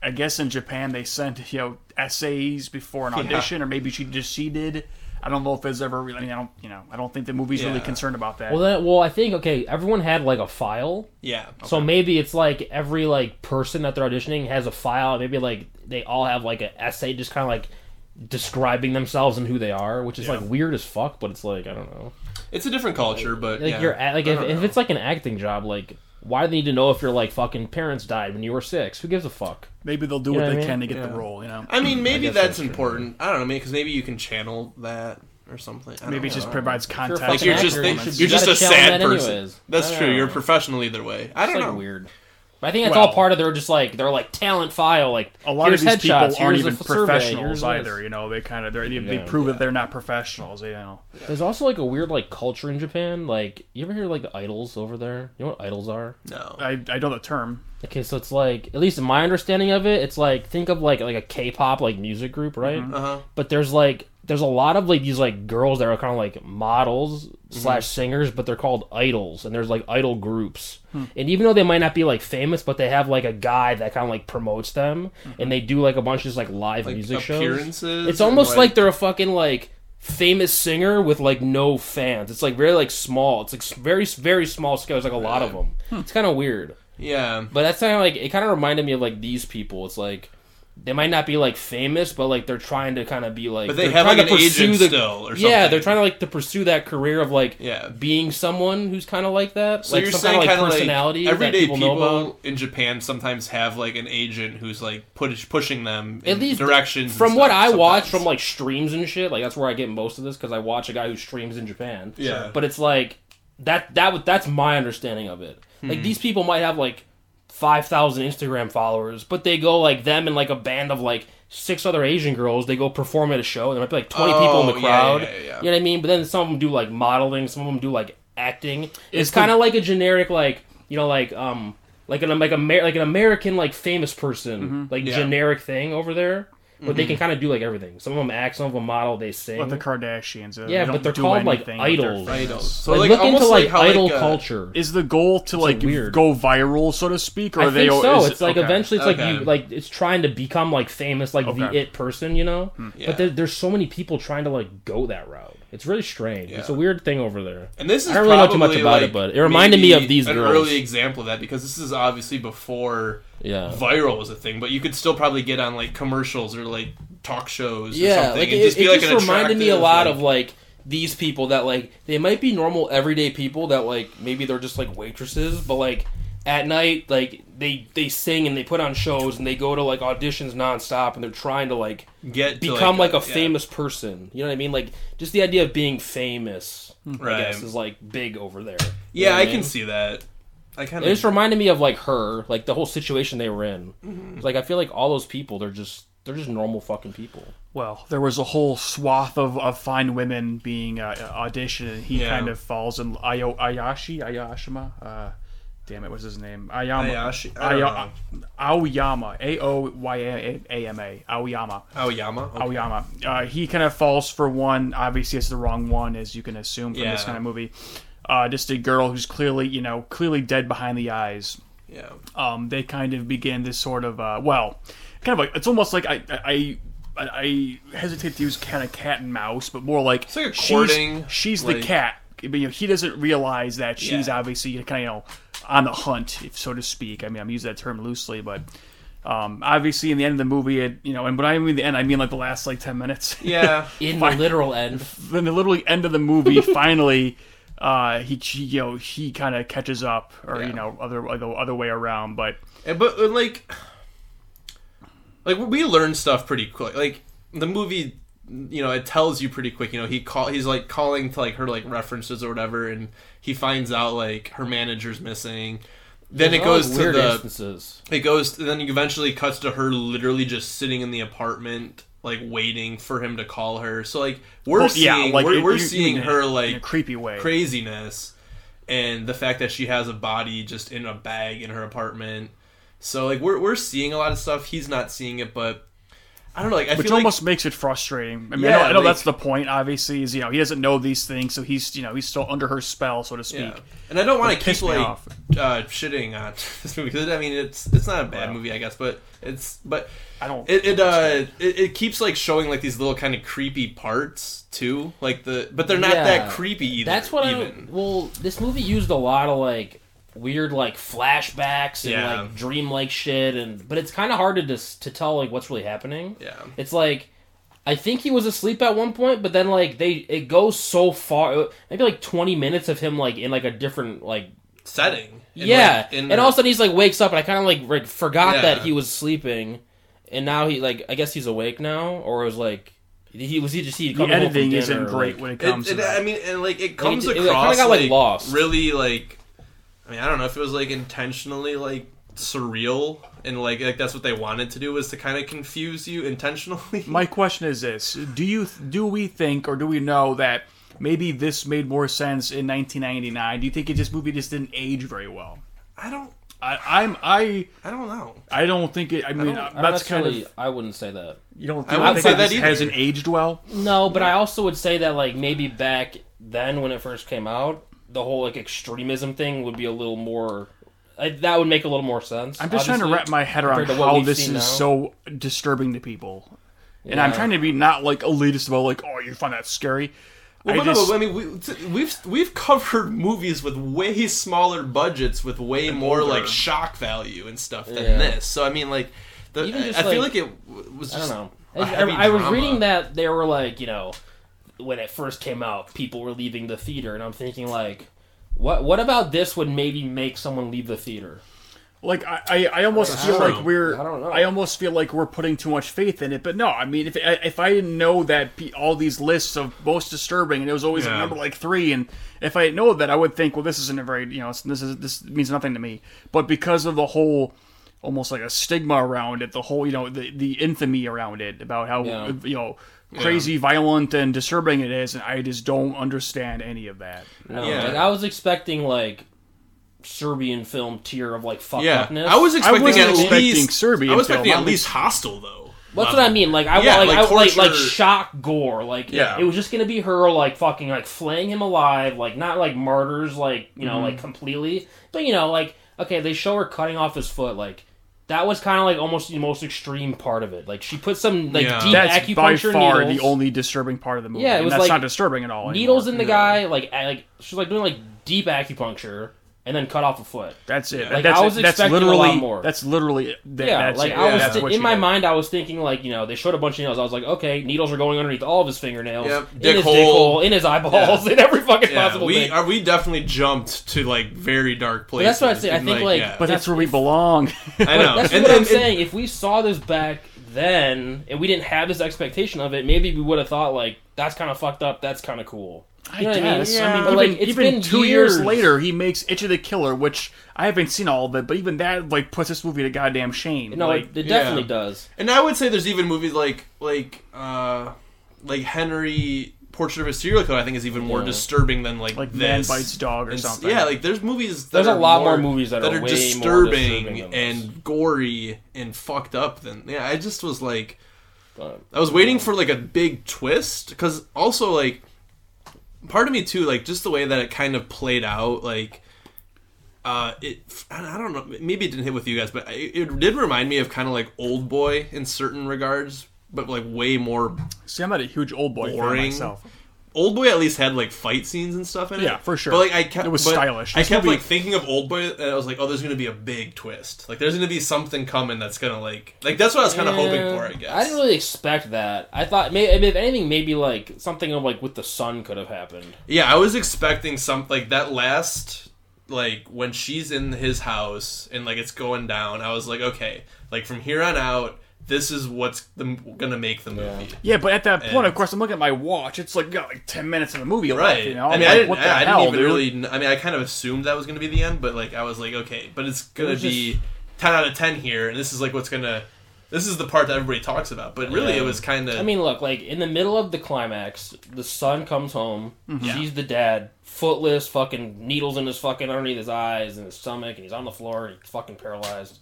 I guess in Japan they sent you know essays before an audition, or maybe she just she did. I don't know if it's ever. really- I mean, I don't. You know, I don't think the movie's really Yeah. concerned about that. Well, then, well, I think okay. Everyone had like a file. Yeah. So maybe it's like every like person that they're auditioning has a file. Maybe like they all have like an essay, just kind of like describing themselves and who they are, which is Yeah. like weird as fuck. But it's like I don't know. It's a different culture, but Like yeah, you're at, like I if, don't if know. it's like an acting job, like why do they need to know if your like fucking parents died when you were six? Who gives a fuck? Maybe they'll do You what know they what I can to mean? get the Yeah. role. You know, I mean, maybe guess that's, that's true. important. I don't know, because maybe you can channel that or something. I don't maybe it just know. provides you're a context. fucking like you're just actor, they- you you're should- you just gotta a channel sad that person. anyways. That's I true. don't You're know. professional either way. I It's don't like know. weird. But I think it's Well- all part of their just like they're like talent file. Like a lot of here's these people headshots, aren't here's even the survey, professionals here's this. either. You know, they kind of they, they Yeah. prove that they're not professionals. You know, There's also like a weird like culture in Japan. Like you ever hear like the idols over there? You know what idols are? No. I, I know the term. Okay, so it's like at least in my understanding of it, it's like think of like like a K-pop like music group, right? Uh huh. But there's like there's a lot of like these like girls that are kind of like models slash singers, but they're called idols, and there's like idol groups. And even though they might not be like famous, but they have like a guy that kind of like promotes them, and they do like a bunch of just like live music shows. appearances. It's and, almost like, they're a fucking like famous singer with like no fans. It's like very like small. It's like s- very very small scale. There's like a lot of them. It's kind of weird. yeah. But that's kind of like it kind of reminded me of like these people. It's like they might not be like famous, but like they're trying to kind of be like. But they they're have trying like to an pursue agent the- still, or something. Yeah, they're trying to like to pursue that career of like Yeah. being someone who's kind of like that. So like you're some saying kind of kinda like personality that everyday people, people, know about. in Japan sometimes have like an agent who's like push, pushing them in At least directions. and from what stuff I watch sometimes. from like streams and shit, like that's where I get most of this because I watch a guy who streams in Japan. Yeah. but it's like that that was- that's my understanding of it. Hmm. Like these people might have like five thousand Instagram followers, but they go like them and like a band of like six other Asian girls. They go perform at a show. and There might be like twenty people in Oh, yeah, the crowd. yeah, yeah. You know what I mean? But then some of them do like modeling. Some of them do like acting. It's, the- kind of like a generic like you know like um. Like an like a like an American like famous person like Yeah. generic thing over there, but they can kind of do like everything. Some of them act, some of them model, they sing. But the Kardashians, uh, Yeah, they but don't they're do called, like, anything with their idols. fans. idols. So like, like, look almost into like, how, idol uh, culture. Is the goal to like weird. go viral, so to speak, or I are they? think so. is- it's like okay. eventually, it's Okay. like you like it's trying to become like famous, like the Okay. it person, you know. Yeah. But there, there's so many people trying to like go that route. It's really strange. It's a Yeah. weird thing over there. And this is I don't really know too much probably, about it, like, but it reminded me maybe of these an girls. early example of that because this is obviously before Yeah, viral was a thing, but you could still probably get on like commercials or like talk shows. or yeah. something Like and it, just it be like just an reminded me a attractive, lot like- of like these people that like they might be normal everyday people that like maybe they're just like waitresses, but like at night like they they sing and they put on shows and they go to like auditions nonstop and they're trying to like get to, become like, a yeah. famous person. You know what I mean? Like just the idea of being famous, Right. I guess, is like big over there. You know Yeah, what I mean? can see that. I kind It just of reminded me of like her, like the whole situation they were in. Mm-hmm. It's Like I feel like all those people, they're just they're just normal fucking people. Well, there was a whole swath of, of fine women being uh, auditioned, and he Yeah. kind of falls in Ayo, Ayashi Ayashima. Uh, damn it, what's his name? Ayama. Ayashi- I don't Aya- Aoyama. A O Y A A M A. Aoyama. Aoyama. Okay. Aoyama. Uh, he kind of falls for one. Obviously, it's the wrong one, as you can assume from this Yeah. kind of movie. Uh, just a girl who's clearly, you know, clearly dead behind the eyes Yeah. um, they kind of begin this sort of uh, well, kind of like it's almost like I I. I I hesitate to use kind of cat and mouse, but more like like a courting, she's, she's like- the cat. I mean, you know, he doesn't realize that she's Yeah. obviously kind of you know, on the hunt, if so to speak. I mean, I'm using that term loosely, but um, obviously in the end of the movie, it, you know, and when I mean the end, I mean like the last like ten minutes. Yeah. In the literal end, then the literally end of the movie, finally, uh, he she, you know he kind of catches up, or Yeah. you know other other other way around, but. And- but uh, like like we learn stuff pretty quick like the movie you know it tells you pretty quick you know he call he's like calling to like her like references or whatever and he finds out like her manager's missing then it goes There's to weird the instances. it goes then it eventually cuts to her literally just sitting in the apartment like waiting for him to call her so like we're Well, seeing we're, it- we're you- seeing in a- her in a like creepy way. craziness and the fact that she has a body just in a bag in her apartment. So like we're we're seeing a lot of stuff. He's not seeing it, but I don't know. Like I which feel almost makes it frustrating. I mean, I Yeah, know, I know like- that's the point. Obviously, is you know he doesn't know these things, so he's you know he's still under her spell, so to speak. like yeah. and I don't want to keep pissed me like off. uh, shitting on this movie because I mean it's it's not a bad Wow. movie, I guess, but it's but I don't. it it uh it, it keeps like showing like these little kind of creepy parts too, like the but they're not Yeah. that creepy either. That's what even. I well, this movie used a lot of like weird like flashbacks and Yeah. like dreamlike shit, and but it's kind of hard to dis- to tell like what's really happening. yeah It's like I think he was asleep at one point, but then like they it goes so far, uh, maybe like twenty minutes of him like in like a different like setting. And, yeah, like, in and, the- all of a sudden he's like wakes up, and I kind of like re- forgot Yeah. that he was sleeping, and now he like I guess he's awake now, or it was like he was he just he The coming home from editing dinner, isn't like- great when it comes it, it, to that. I mean, and like it comes it kinda across got, like, like, lost. really like. I mean, I don't know if it was like intentionally like surreal and like like that's what they wanted to do was to kind of confuse you intentionally. My question is this: Do you do we think or do we know that maybe this made more sense in 1999? Do you think it just movie just didn't age very well? I don't. I, I'm I I don't know. I don't think it. I mean, I don't that's kind of necessarily- I wouldn't say that. you don't. I Think, wouldn't think say it that just either. hasn't aged well. No, but I also would say that like maybe back then when it first came out, the whole like extremism thing would be a little more. I, that would make a little more sense. I'm just trying to obviously. wrap my head around compared to what how we've this is seen now. so disturbing to people, and I'm Yeah. trying to be not like elitist about like, oh, you find that scary. Well, I no, just, no, I mean, we, t- we've we've covered movies with way smaller budgets, with way more older. like shock value and stuff than Yeah. this. So I mean, like, the, Even just, I, I feel like- like it w- was. I Just, don't know. a I, heavy I- I was drama. reading that they were like, you know, when it first came out, people were leaving the theater, and I'm thinking like, what what about this would maybe make someone leave the theater? Like I, I, I almost feel don't like know. we're I don't know. I almost feel like we're putting too much faith in it. But no, I mean if I- if I didn't know that pe- all these lists of most disturbing and it was always Yeah. like number like three, and if I didn't know that, I would think, well, this isn't a very you know this is this means nothing to me. But because of the whole almost like a stigma around it, the whole you know the the infamy around it about how Yeah. you know crazy, violent, and disturbing it is, and I just don't understand any of that. No, Yeah. like, I was expecting like Serbian film tier of like fucked Yeah, upness. I was expecting wasn't at expecting least Serbian I was expecting film. at least hostile though. That's what I mean. Like I Yeah, want, like, like I, like like torture- shock gore. Like Yeah. it was just gonna be her like fucking like flaying him alive. Like not like martyrs. Like you know Mhm. like completely. But you know like okay they show her cutting off his foot. Like that was kind of like almost the most extreme part of it. Like she put some like Yeah. deep That's by acupuncture far needles, the only disturbing part of the movie. Yeah, it and was that's like not disturbing at all. needles anymore. in the guy. Like I, like she's like doing like deep acupuncture and then cut off a foot. That's it. Like, that's I was it. That's expecting a literally, lot more. That's literally it. Th- Yeah, that's like it. I was That's th- what in you my get. mind, I was thinking like you know they showed a bunch of nails. I was like, okay, needles are going underneath all of his fingernails, Yep. in Dick his hole. dick hole, in his eyeballs, in every fucking Yeah, possible we thing. are, we definitely jumped to like very dark But places. that's what I say. I And, think, like, yeah. But that's where we belong. I know. That's And- what I'm and- and- saying. If we saw this back then and we didn't have this expectation of it, maybe we would have thought like that's kind of fucked up. That's kind of cool. You know what I mean? guess. I mean, but, like, even, it's even been two years. years. later, he makes Itch of the Killer, which I haven't seen all of it, but even that like puts this movie to goddamn shame. No, like, it, it definitely yeah. does. And I would say there's even movies like like uh like Henry Portrait of a Serial Killer. I think is even more Yeah. disturbing than like like this. Man Bites Dog or And s- something. Yeah, like there's movies. That There's a are lot more movies that are way more disturbing, disturbing than this. and gory and fucked up. Than yeah, I just was like, But I was waiting for like a big twist because also like, part of me too, like just the way that it kind of played out, like. Uh, it I I don't know. Maybe it didn't hit with you guys, but it, it did remind me of kind of like Old Boy in certain regards, but like way more See, I'm not a huge old boy fan Boring. myself. Old Boy at least had like fight scenes and stuff in it. Yeah, for sure. But like I kept It was but stylish. I This kept movie- like thinking of Old Boy, and I was like, oh, there's gonna be a big twist. Like there's gonna be something coming that's gonna like like that's what I was kind of hoping for. I Yeah, guess. I didn't really expect that. I thought, may, I mean, if anything, maybe like something of like with the sun could have happened. Yeah, I was expecting something like that last like when she's in his house and like it's going down. I was like, okay, like from here on out, this is what's the, gonna make the movie. Yeah, but at that point, And- of course, I'm looking at my watch. It's like got like ten minutes of the movie left. Right. You know, I I'm mean, like, I didn't, what the I, I hell, didn't even dude? really. kn- I mean, I kind of assumed that was going to be the end, but like, I was like, okay, but it's going was to be ten out of ten here, and this is like what's going to. This is the part that everybody talks about, but really, Yeah. it was kind of. I mean, look, like in the middle of the climax, the son comes home, Mm-hmm. sees the dad, footless, fucking needles in his fucking underneath his eyes and his stomach, and he's on the floor, and he's fucking paralyzed.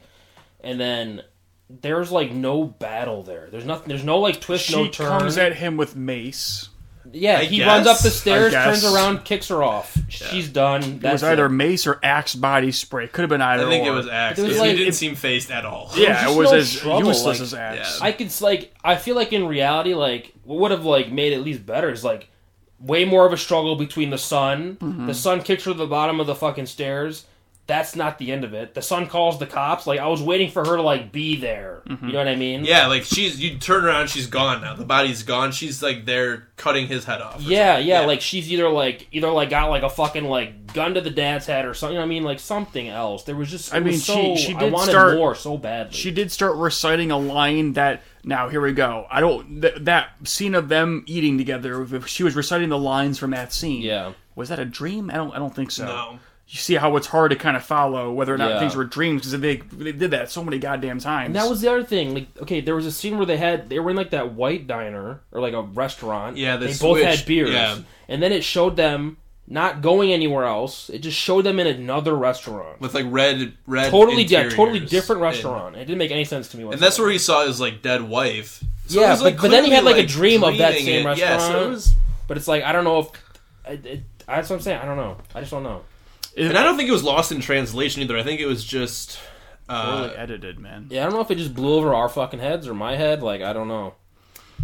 And then there's like no battle there. There's nothing. There's no like twist, She no turn. comes at him with mace. yeah, I he guess. runs up the I stairs, guess. turns around, kicks her off. She's done. It That's was either it. mace or axe body spray. Could have been either. I think it or. was Axe. But it was 'cause like- he didn't it- seem phased at all. Yeah, There's it was no as trouble, useless like- as axe. Yeah. I could s- like I feel like in reality, like what would have like made it at least better is like Mm-hmm. way more of a struggle between the sun. The sun kicks her to the bottom of the fucking stairs. that's not the end of it. The son calls the cops. Like I was waiting for her to like be there. Mm-hmm. You know what I mean? Yeah, like she's you turn around, she's gone now. The body's gone. She's like there cutting his head off. Yeah, yeah, Yeah. Like she's either like either like got like a fucking like gun to the dad's head or something. you know what I mean, like something else. There was just I it was mean, so, she- she I did wanted start- more so badly. she did start reciting a line that now here we go i don't th- that scene of them eating together if she was reciting the lines from that scene Yeah. was that a dream i don't i don't think so No. you see how it's hard to kind of follow whether or not Yeah. things were dreams because they, they did that so many goddamn times that was the other thing. Like, okay, there was a scene where they had they were in like that white diner or like a restaurant. Yeah, they both had switched. beers. Yeah. and then it showed them not going anywhere else. It just showed them in another restaurant. with like red, red. Totally, yeah, totally interiors. different And- restaurant. It didn't make any sense to me. And, that's where he saw his like dead wife. So Yeah, it was, like, but- but then he had, clearly, like, a dream of that dreaming same it. Yeah, so it restaurant. was- But it's like I don't know if it, it, that's what I'm saying. I don't know. I just don't know. and I don't think it was lost in translation either. I think it was just. Uh, poorly edited man Yeah, I don't know if it just blew over our fucking heads or my head. Like I don't know.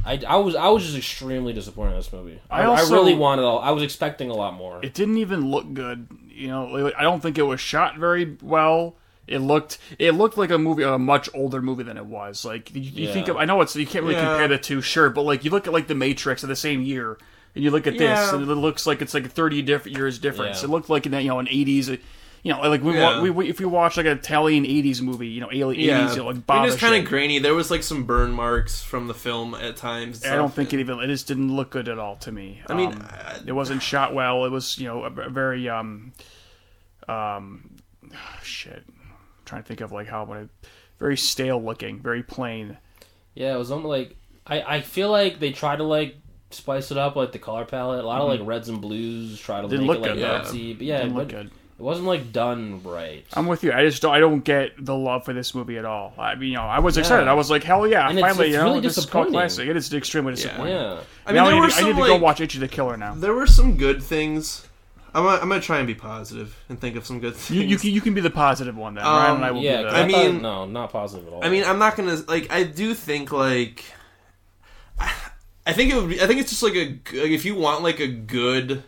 I, I was I was just extremely disappointed in this movie. I, I also- I really wanted. A, I was expecting a lot more. it didn't even look good. You know, I don't think it was shot very well. It looked it looked like a movie, a much older movie than it was. Like you, you think Yeah. of, I know it's you can't really Yeah. compare the two, sure, but like you look at like the Matrix of the same year, and you look at this, Yeah. and it looks like it's like thirty different years difference. Yeah. It looked like in that you know an eighties. You know, like we, Yeah. wa- we, we if you watch like an Italian '80s movie, you know, alien yeah, '80s, you know, like it bomb. was kind of grainy. There was like some burn marks from the film at times. I don't think it even it just didn't look good at all to me. I mean, it wasn't shot well. It was you know a, a very um um shit. I'm trying to think of like how would I very stale looking, very plain. yeah, it was almost like I, I feel like they tried to like spice it up like the color palette. A lot of Mm-hmm. like reds and blues try to Didn't look make it like good, yeah. artsy, but yeah, Didn't but look good. it wasn't like done right. I'm with you. I just don't, I don't get the love for this movie at all. I mean, you know, I was excited. I was like, hell yeah, And it's- finally, it's you know, really this is called disappointing. classic. It is extremely disappointing. yeah, I mean, Now I, there need, were to- I some, need to go like- watch Itchy the Killer now. There were some good things. I'm gonna, I'm gonna try and be positive and think of some good things. You, you can you can be the positive one then. Um, Ryan and I will yeah. do 'cause that. I, I mean, mean- no, not positive at all. I mean, I'm not gonna like. I do think like. I, I think it would. Be, I think it's just like a. g- Like, if you want like a good.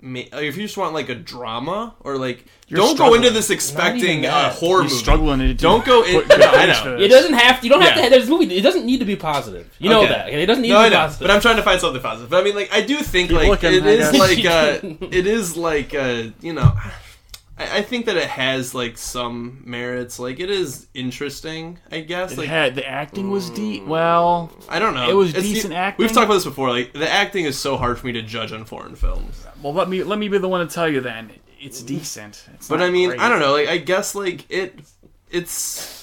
ma- like, If you just want like a drama or like, don't struggling. go into this expecting a that. horror You're movie. struggling to do Don't go in- put good Yeah, I things know. for it this. doesn't have to. You don't have Yeah. to. There's movie. It doesn't need to be positive. You know Okay. that. It doesn't need No, to I be know, positive. but I'm trying to find something positive. But I mean, like, I do think like looking, it I is guess. like uh it is like uh you know, I, I think that it has like some merits. Like, it is interesting, I guess. It like, had the acting was deep. Well, I don't know. It was the- decent acting. We've talked about this before. Like the acting is so hard for me to judge on foreign films. well, let me let me be the one to tell you then. It's decent. It's But not I mean, great. I don't know. Like I guess like it, it's.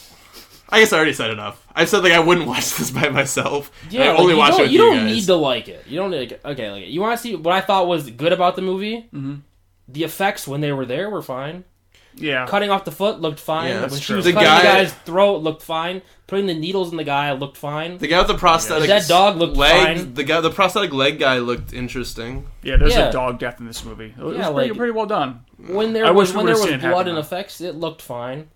I guess I already said enough. I said like I wouldn't watch this by myself. Yeah, I like, only you watch don't, it with you you, don't guys. need to like it. You don't need like okay, like you want to see what I thought was good about the movie. Mm-hmm. The effects when they were there were fine. Yeah, Cutting off the foot looked fine. Yeah, that's when she true. was The cutting guy- the guy's throat looked fine. Putting the needles in the guy looked fine. The guy with the prosthetic That dog looked leg. fine. The guy, the prosthetic leg guy looked interesting. yeah. There's Yeah. a dog death in this movie. It was Yeah, pretty, like- pretty well done. when there I was wish we when there would've was seen it happen, blood and though. effects, it looked fine.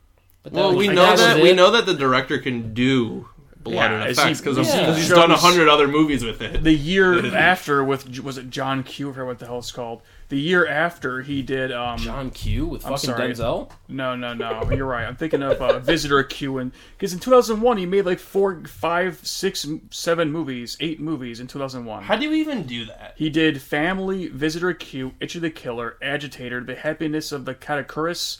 But Well, that- we like, know was that it. we know that the director can do blood Yeah, and as effects he- because yeah. he's done a shows- hundred other movies with it. The year after, with was it John Q or what the hell it's called? The year after he did. Um, John Q with fucking sorry. Denzel. No, no, no. You're right. I'm thinking of uh, Visitor Q, and because in 2001 he made like four, five, six, seven movies, eight movies in 2001. How do you even do that? He did Family, Visitor Q, Itch of the Killer, Agitator, The Happiness of the Katakuris,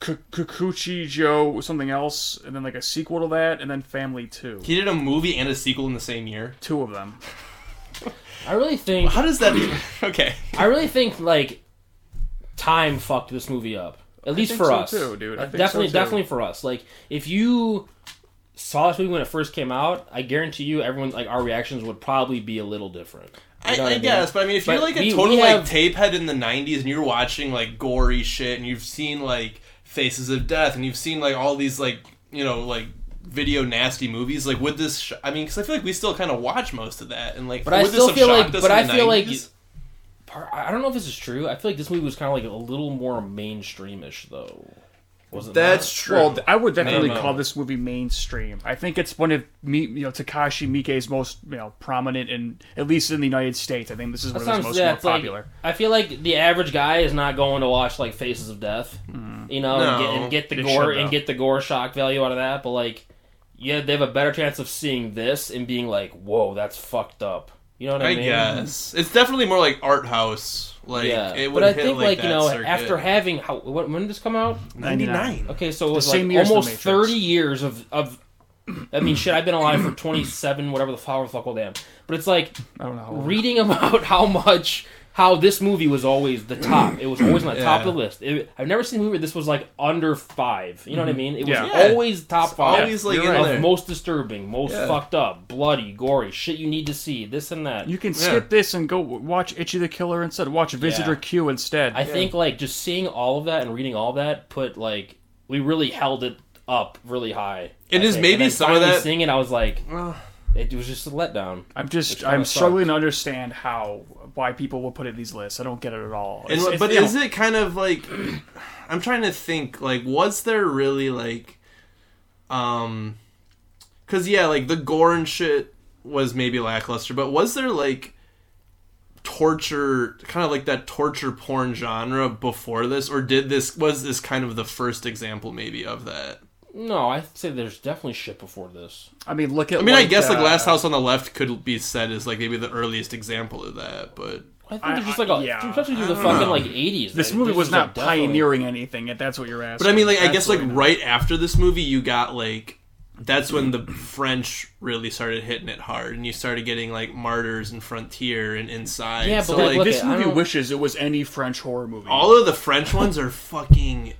K- Kikuchi Joe, something else, and then like a sequel to that, and then Family 2. He did a movie and a sequel in the same year. Two of them. I really think How does that? even... Okay. I really think like time fucked this movie up. At least think for so, us, too, dude. I think so, definitely, too. definitely for us. Like if you saw this movie when it first came out, I guarantee you, everyone like our reactions would probably be a little different. I, know what I I mean? guess, but I mean, if you're But like a we- total we like have- tape head in the '90s and you're watching like gory shit and you've seen like Faces of Death and you've seen like all these like you know like video nasty movies, like would this? Sh- I mean, because I feel like we still kind of watch most of that, and like But I would still this have feel shocked like- us but in I the feel like 90s? Par- I I don't know if this is true. I feel like this movie was kind of like a little more mainstreamish, though. Wasn't that's that? true. Well, th- I would definitely No, no. call this movie mainstream. I think it's one of Mi- you know Takashi Miike's most you know prominent, and at least in the United States, I think this is one of his Sometimes, most yeah, more it's like- popular. I feel like the average guy is not going to watch like Faces of Death. you know, and, get, and No. get the Hmm. It gore should, and though. get the gore shock value out of that. But like, yeah, they have a better chance of seeing this and being like, "Whoa, that's fucked up." You know what I, I mean? guess it's definitely more like art house. Like yeah, it would but I hit think like, like, you that know, circuit. after having how when, when did this come out? 99. Okay, so it was same like year as The almost Matrix. thirty years of of. I mean, shit. I've been alive for twenty seven, whatever the fuck, fuck, well, damn. But it's like I don't know. how old- reading about how much how this movie was always the top. It was always on the top of the list. It, I've never seen a movie where this was like under five. You know what I mean? It was Mm-hmm. Yeah. Yeah. always top five. always, like, You're in right. there. Of most disturbing, most Yeah. fucked up, bloody, gory, shit you need to see, this and that. You can skip this and go w- watch Itchy the Killer instead. Watch Visitor Yeah. Q instead. I think like just seeing all of that and reading all that put like we really held it up really high. It It is is maybe some of that- Seeing it, I was like, Well, it was just a letdown. I'm just kinda I'm struggling to understand how why people will put it in these lists. I don't get it at all. and, It's- it's- but you know, is it kind of like I'm trying to think like was there really like um cuz yeah like the gore and shit was maybe lackluster but was there like torture kind of like that torture porn genre before this or did this was this kind of the first example maybe of that No, I say there's definitely shit before this. I mean, look at. I mean I guess like uh, Last House on the Left could be said as like maybe the earliest example of that but I think I- there's just I- like a yeah. especially through the don't fucking know. like eighties. This movie was not pioneering anything. If that's what you're asking. But I mean, like, I guess, like, Absolutely not. right after this movie, you got, like, that's when the French really started hitting it hard, and you started getting, like, Martyrs and Frontier and Inside. Yeah, so, but, like, like, look this at- I movie don't- wishes it was any French horror movie. all of the French ones are fucking.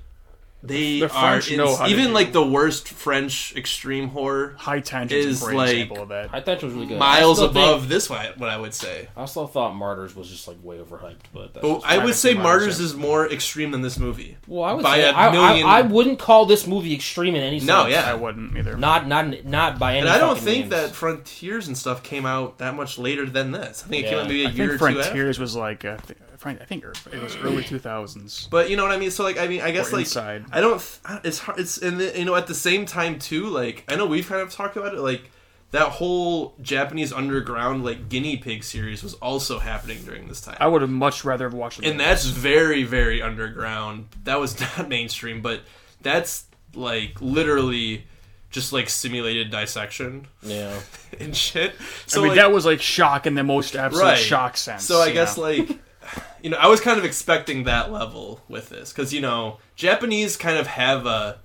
They The are. French know ins- how to even, do. like, the worst French extreme horror. High Tension is is, a great like, example of that. I thought it was really good. Miles I still above Think, this, what I- what I would say. I still thought Martyrs was just like way overhyped, but that's Oh, But just- Oh, I would say Miles, Martyrs yeah. is more extreme than this movie. well, I would by say a I, million- I, I wouldn't call this movie extreme in any sense. No, yeah. I wouldn't either. not not not by any. And I don't fucking think means. that Frontiers and stuff came out that much later than this. I think it came Yeah. out maybe a I year think or two after. Frontiers was like uh, th- Fran- I think er- it was early 2000s. But you know what I mean. So like, I mean, I guess Or like, inside. I don't. th- It's hard. It's and then, you know at the same time too. Like I know we've kind of talked about it. Like that whole Japanese underground like guinea pig series was also happening during this time. I would have much rather have watched. it and later. that's very very underground. That was not mainstream, but that's like literally just like simulated dissection Yeah. and shit. I So mean, like, that was like shock in the most absolute Right. shock sense. So I you guess know? like you know, I was kind of expecting that level with this cuz you know, Japanese kind of have a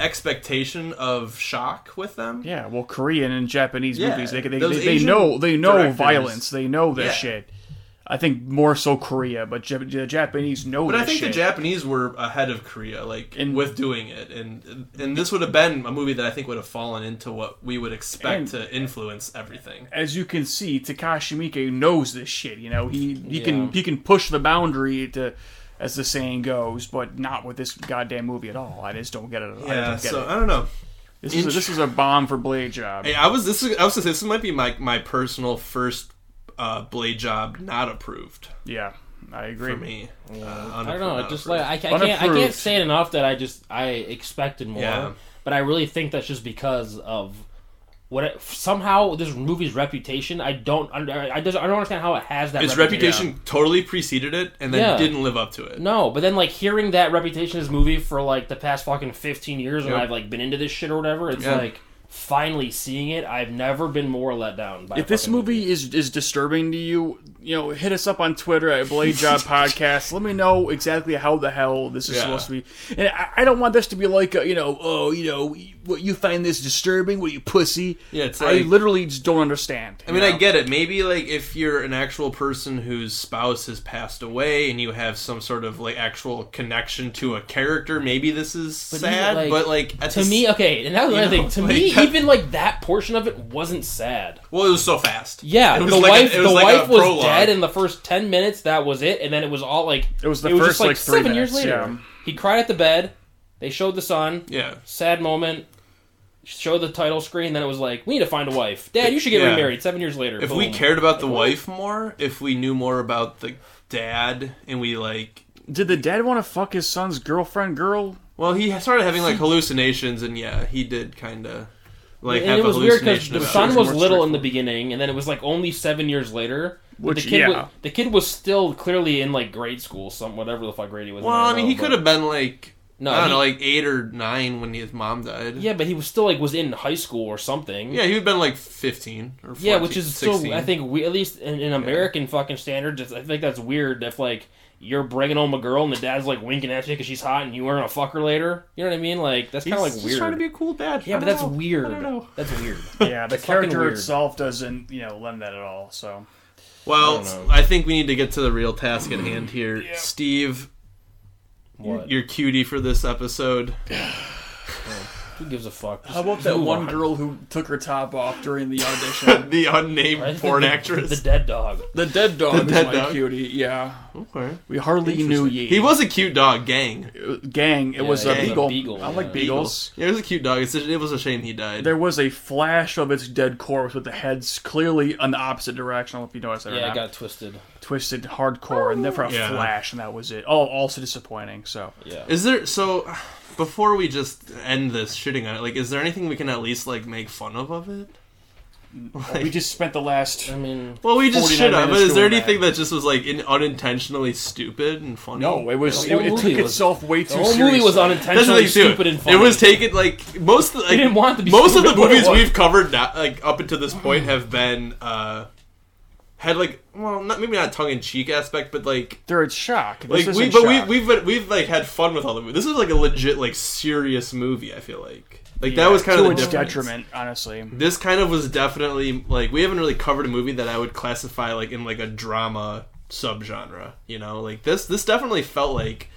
expectation of shock with them. yeah, well, Korean and Japanese Yeah, movies, they they, those they, they Asian know they know directors. violence, they know this Yeah. shit. I think more so Korea, but Jap- the Japanese know. But I this think shit. the Japanese were ahead of Korea like And- with doing it and and this would have been a movie that I think would have fallen into what we would expect And- to influence everything. as you can see, Takashi Miike knows this shit. You know, he he Yeah. can he can push the boundary to, as the saying goes, but not with this goddamn movie at all. I just don't get it. I Yeah, don't get so it. I don't know. This is a, int- this is a bomb for Blade Job. Hey, I was this is I was gonna say, this might be my my personal first uh, blade job not approved Yeah, I agree. for me. Uh, I don't know. unapproved, It just not like I, I can't I can't Unapproved. say it enough that I just I expected more, Yeah. but I really think that's just because of what it, somehow this movie's reputation. I don't under- I, I just I don't understand how it has that. Its reputation totally preceded it, and then Yeah. didn't live up to it. No, but then like hearing that reputation of this movie for like the past fucking fifteen years, when Yep. I've like been into this shit or whatever, it's Yeah. like finally seeing it. I've never been more let down. By a If this fucking movie is is disturbing to you, you know, hit us up on Twitter at Blade Job Podcast. Let me know exactly how the hell this is Yeah. supposed to be. And I, I don't want this to be like, a, you know, oh, you know, what you find this disturbing, what you pussy. Yeah, it's I like- literally just don't understand. I mean, I get it. Maybe like if you're an actual person whose spouse has passed away, and you have some sort of like actual connection to a character, maybe this is But even, sad. like, but like at To the- me, uh, okay, and that was You another know, thing. To like me, that- even like that portion of it wasn't sad. well, it was so fast. Yeah, It was the like a- wife, it the like a wife was prologue. dead in the first ten minutes. That was it, and then it was all like It was the just first, like, three seven years minutes, later. yeah. He cried at the bed. They showed the son. yeah. Sad moment. Showed the title screen. Then it was like, we need to find a wife. Dad, you should get Yeah. remarried. Seven years later. If we Boom. cared about the wife more, if we knew more about the dad, and we like, Did the dad want to fuck his son's girlfriend girl? well, he started having like hallucinations, and yeah, he did kind of like and have it was a weird hallucination. because the about son it. was more little in the beginning, and then it was like only seven years later. But Which, the kid, yeah. was, the kid was still clearly in like grade school, some whatever the fuck grade he was. in, Well, I don't mean, know, he but- could have been like No, I don't he- know, like eight or nine when his mom died. yeah, but he was still like was in high school or something. yeah, he would have been like fifteen or 14, Yeah, which is 16. still I think we at least in, in American fucking standards, it's- I think that's weird. If like you're bringing home a girl and the dad's like winking at you because she's hot and you weren't a fucker later, you know what I mean? Like that's he's kind of like just weird. trying to be a cool dad. yeah, I but don't that's know. weird. I don't know. That's weird. Yeah, the It's fucking character weird. itself doesn't, you know, lend that at all. So Well, I don't know. I, think we need to get to the real task at hand here, Steve. What? Your cutie for this episode. Who gives a fuck? how about Just that move one on. girl who took her top off during the audition? The unnamed Right? porn The- actress. the dead dog. the dead dog The is dead my dog. cutie. Yeah, Okay. we hardly knew ye. He was a cute dog, gang. gang. It was Yeah, a he was a beagle. beagle, I yeah. like beagles. Yeah, he was a cute dog. It's a, it was a shame he died. There was a flash of its dead corpse with the heads clearly in the opposite direction. I don't know if you noticed that or Yeah, not. I got twisted. Twisted hardcore, and then for a Yeah. flash, and that was it. Oh, also disappointing. So Yeah. Is there so? Before we just end this shitting on it, like, is there anything we can at least like make fun of of it? we just spent the last. I mean, Well, we just 49 shit on. it, But minutes is there doing anything that. just was like in, unintentionally stupid and funny? No, it was. It, The whole it took movie was- itself way too the whole seriously. movie was That's the unintentionally thing too. stupid and funny. It was taken like most. Of, the- like, didn't want it to be most of stupid, the but it movies was. we've covered now, like up until this point have been uh had like well not maybe not tongue in cheek aspect, but like They're in shock. like This we isn't but we shock. we've been, we've like had fun with all the movies. This is like a legit like serious movie. I feel like like that Yeah, was kind to of the its difference. detriment, honestly. This kind of was definitely like we haven't really covered a movie that I would classify like in like a drama subgenre. You know, like this this definitely felt like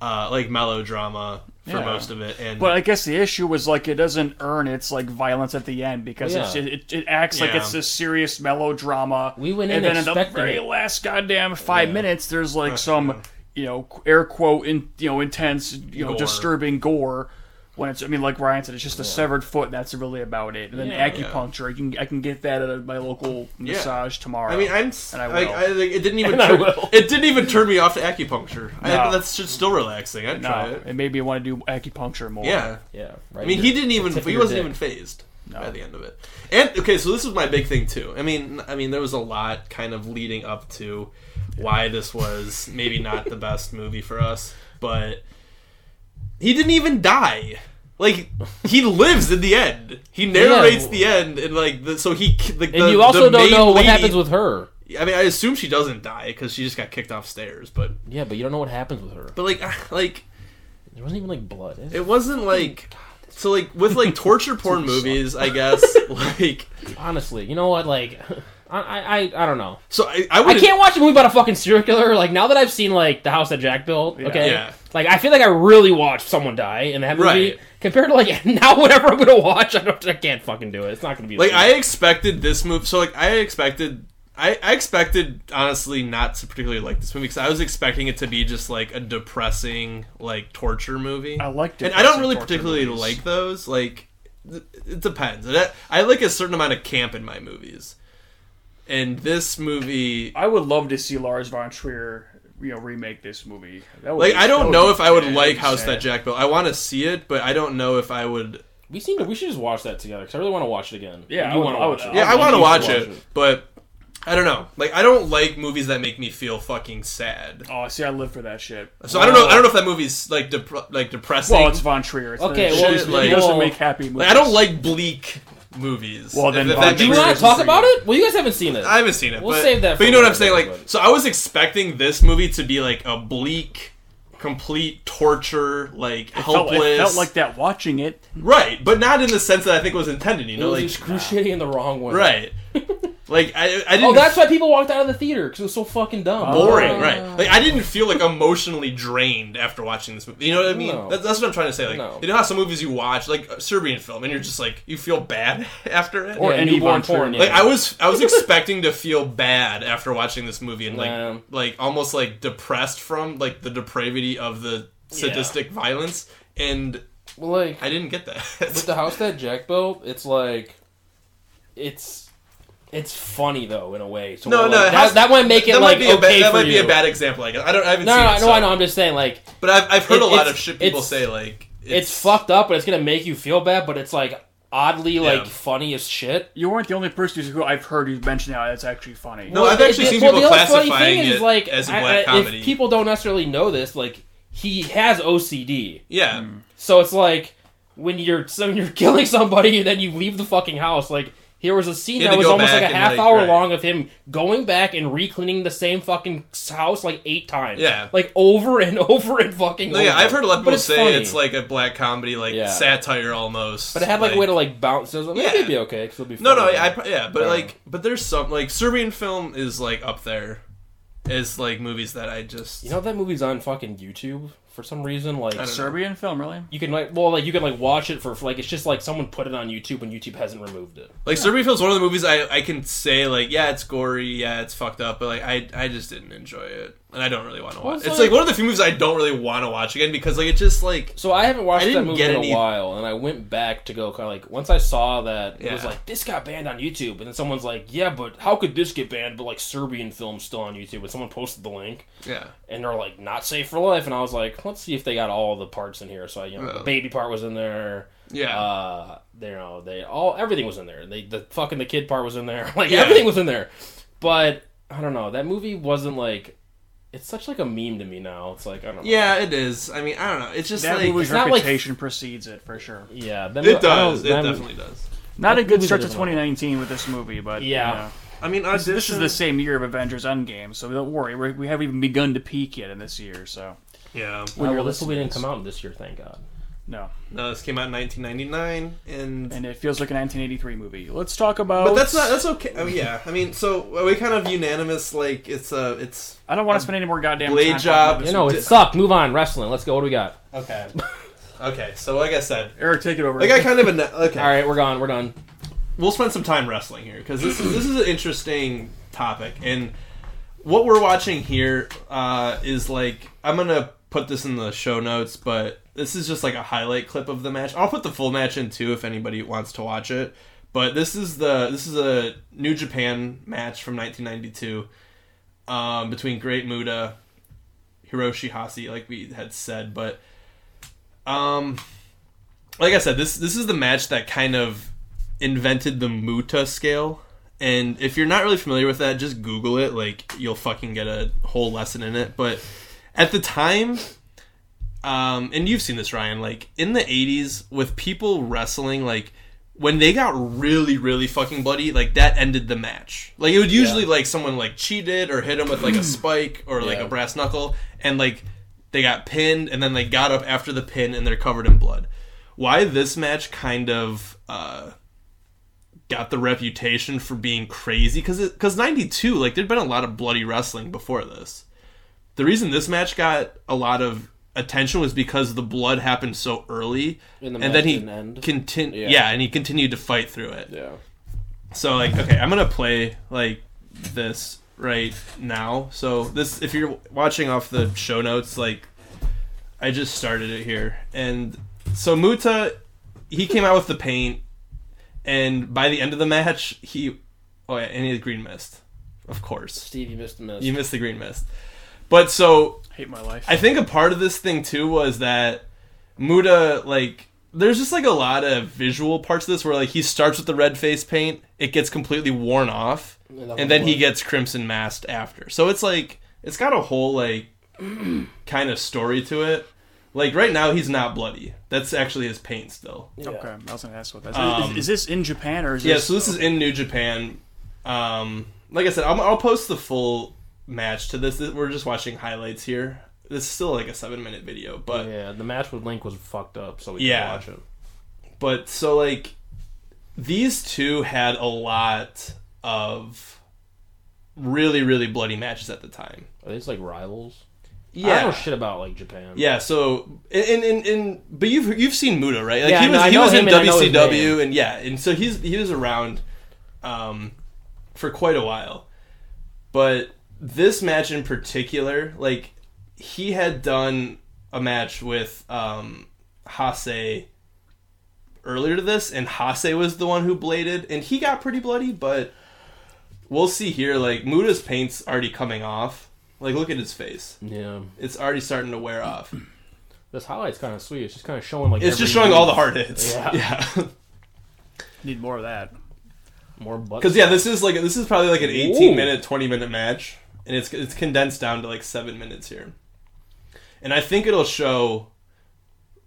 uh like melodrama for Yeah. most of it and But I guess the issue was like it doesn't earn its like violence at the end because Well, it's, yeah. it, it, it acts like Yeah. it's this serious melodrama. We went and in then in the expecting very it. last goddamn five minutes, there's like some you know qu- air quote in you know intense you know Gore. disturbing gore. When it's, I mean, like Ryan said, it's just a severed foot. and That's really about it. And then Yeah. acupuncture, I can I can get that at a, my local massage tomorrow. I mean, I'm s- And I like, will. I, like, it didn't even And I turn, will. it didn't even turn me off to acupuncture. I, No. that's just still relaxing. I'd try no, it. it made me want to do acupuncture more. Yeah, yeah. Right. I mean, he didn't even tip of he your wasn't dick. even phased by the end of it. And okay, so this is my big thing too. I mean, I mean, there was a lot kind of leading up to why this was maybe not the best movie for us, but he didn't even die. Like he lives in the end. He narrates the end, and like the, so he the, And you also don't know what happens with her. I mean, I assume she doesn't die because she just got kicked off stairs. But Yeah, but you don't know what happens with her. but like ah, like There wasn't even like blood. It's- it wasn't like Oh so like with like torture porn movies, I guess like Honestly, you know what? Like, I I, I, I don't know. so I I, I wouldn't- can't watch a movie about a fucking serial killer. Like now that I've seen like the house that Jack built. Okay, Yeah. like I feel like I really watched someone die in that movie Right. compared to like now whatever I'm gonna watch. I don't. I can't fucking do it. It's not gonna be the like same. I expected this move. So like I expected. I, I expected honestly not to particularly like this movie because I was expecting it to be just like a depressing like torture movie. I like and I don't depressing really torture particularly movies. like those. Like th- it depends. And I, I like a certain amount of camp in my movies, and this movie I would love to see Lars von Trier, you know, remake this movie. That would Like be- I that don't know be if I would bad. like House Sad. That Jack built. I want to see it, but I don't know if I would. we seem to. We should just watch that together because I really want to watch it again. Yeah, I you would- want to I would- watch it. Yeah, Yeah, I Like, want to you watch should it, but I don't know. Like I don't like movies that make me feel fucking sad. Oh, see, I live for that shit. So I don't know. I don't know if that movie's like dep- like depressing. Well, it's Von Trier. It's Okay, the well, shit, like- he doesn't well- make happy movies. like, I don't like bleak movies. Well, then If- if Von that Do you makes- Trier want is to talk a about singer. it? Well, you guys haven't seen it. I haven't seen it. We'll but, save that But you for know what I'm later, saying? Like, but- so I was expecting this movie to be like a bleak, complete torture, like Felt, helpless. it felt like that watching it. right, but not in the sense that I think was intended. You it know, was like excruciating in the wrong way. Right. like I, I didn't. Oh, that's why people walked out of the theater because it was so fucking dumb. boring. Right. Like I didn't feel like emotionally drained after watching this movie. You know what I mean? No. That, that's what I'm trying to say. Like No. you know how some movies you watch, like a Serbian film, and you're just like you feel bad after it. Or Yeah, yeah, newborn newborn porn. porn. yeah. like I was, I was expecting to feel bad after watching this movie and like, Nah. like almost like depressed from like the depravity of the sadistic violence, and Well, like I didn't get that. with the house that Jack built, it's like it's it's funny though in a way. So No, like, no, it that, has- that might make it that like might be a okay bad, that for might be you. a bad example. Like I don't, I haven't No, seen no, it, no, so- I know. I'm just saying like But I've, I've heard It- a lot it's- of shit people it's- say like it's, fucked up, but it's gonna make you feel bad. But it's like oddly like funny as shit. You weren't the only person who I've heard who's mentioned now. That's actually funny. No, I've it- actually it- seen well, people the other funny classifying thing it is, like, as a I- black I- comedy. If people don't necessarily know this, like he has OCD. Yeah. So it's like when you're so you're killing somebody and then you leave the fucking house. Like here was a scene You had that to was go almost like back and, a half like, hour right. long of him going back and recleaning the same fucking house like eight times. Yeah. like over and over and fucking. No, yeah, over. I've heard a lot of But people say funny. it's like a black comedy, like Yeah. satire almost. But it had like, a way to like bounce. So I was like, maybe Yeah. it'd be okay. it it'll be No, no, funny. I, I pro- yeah, but Yeah. like, but there's some like Serbian film is like up there, as like movies that I just You know that movie's on fucking YouTube for some reason. Like don't know. Serbian film, really? you can like well like you can like watch it for, for like it's just like someone put it on YouTube and YouTube hasn't removed it. like Serbian film's one of the movies I I can say like yeah it's gory yeah it's fucked up but like I I just didn't enjoy it and I don't really want to watch. it's It's like- like one of the few movies I don't really want to watch again because like it just like So I haven't watched I that didn't movie get in a any- while, and I went back to go kind of like once I saw that it was Yeah. like this got banned on YouTube, and then someone's like, yeah, but how could this get banned? But like Serbian film's still on YouTube, and someone posted the link, yeah and they're like not safe for life, and I was like, let's see if they got all the parts in here. So I, you know, the Oh. baby part was in there. yeah Uh, they, you know, they all everything was in there. They the fucking the kid part was in there. Like Yeah. everything was in there. But I don't know. That movie wasn't like. It's such like a meme to me now. It's like I don't know. yeah it is. I mean I don't know. It's just That like movie's not like- reputation precedes it for sure. Yeah, that mo- I it don't- does it that mo- definitely does. Not a good movie's start to a different 2019 with this movie, but Yeah. you know. I mean this is the same year of Avengers Endgame, so don't worry, we're, we haven't even begun to peak yet in this year. So yeah Oh, you're well, this movie listening didn't to come out this year, thank God. no, no this came out in 1999 and and it feels like a 1983 movie. Let's talk about. But that's not that's okay. Oh yeah, I mean, so are we kind of unanimous. Like it's a it's I don't want to spend any more goddamn Blade time talking job. about You this. know, it sucked. Move on. Wrestling. Let's go. What do we got? okay. okay, so like I said, Eric, take it over. like I kind of ana- okay. All right, we're gone. We're done. We'll spend some time wrestling here because this is this is an interesting topic, and what we're watching here uh, is like I'm gonna put this in the show notes, but this is just like a highlight clip of the match. I'll put the full match in too if anybody wants to watch it. But this is the this is a New Japan match from 1992 um, between Great Muda, Hiroshi Hase, like we had said. But um, like I said, this this is the match that kind of invented the Muta scale. And if you're not really familiar with that, just Google it. Like you'll fucking get a whole lesson in it. But at the time, um, and you've seen this, Ryan. Like in the '80s, with people wrestling, like when they got really, really fucking bloody, like that ended the match. Like it would usually like someone like cheated or hit him with like a spike or like Yeah. a brass knuckle, and like they got pinned, and then they got up after the pin, and they're covered in blood. Why this match kind of uh, got the reputation for being crazy? Because because '92, like there'd been a lot of bloody wrestling before this the reason this match got a lot of attention was because the blood happened so early, And the and match then he didn't end. continued. Yeah. Yeah. and he continued to fight through it. Yeah. So like, okay, I'm gonna play like this right now. So this, if you're watching off the show notes, like I just started it here, and so Muta, he came out with the paint, and by the end of the match, he, oh yeah, and he had green mist, of course. Steve, you missed the miss. You missed the green mist, but so hate my life. I think a part of this thing too was that Muda like there's just like a lot of visual parts of this where like he starts with the red face paint, it gets completely worn off, And then and then he what? gets crimson masked after. So it's like it's got a whole like kind of story to it. Like right now he's not bloody. That's actually his paint still. Yeah. okay, I was gonna ask what that is. Um, is. Is this in Japan or is Yeah, this? so this is in New Japan. Um, like I said, I'll, I'll post the full match to this. We're just watching highlights here. This is still like a seven minute video, but Yeah, the match with Link was fucked up, so we could Yeah. watch it. but so like these two had a lot of really really bloody matches at the time Are these like rivals? I don't know yeah shit about like Japan. yeah so in in in but you've you've seen Muda right like Yeah, he I was know- I he know was in him and I know his WCW and yeah and so he's he was around um for quite a while but this match in particular like he had done a match with um Hase earlier to this, and Hase was the one who bladed, and he got pretty bloody, but we'll see here. Like, Muda's paint's already coming off. Like, look at his face. Yeah. It's already starting to wear off. This highlight's kind of sweet. It's just kind of showing like. It's just every- showing all the hard hits. Yeah. Yeah. Need more of that. more butt. Because, yeah. this is like, this is probably like an 18 Ooh. minute, 20 minute match, and it's, it's condensed down to like seven minutes here. and I think it'll show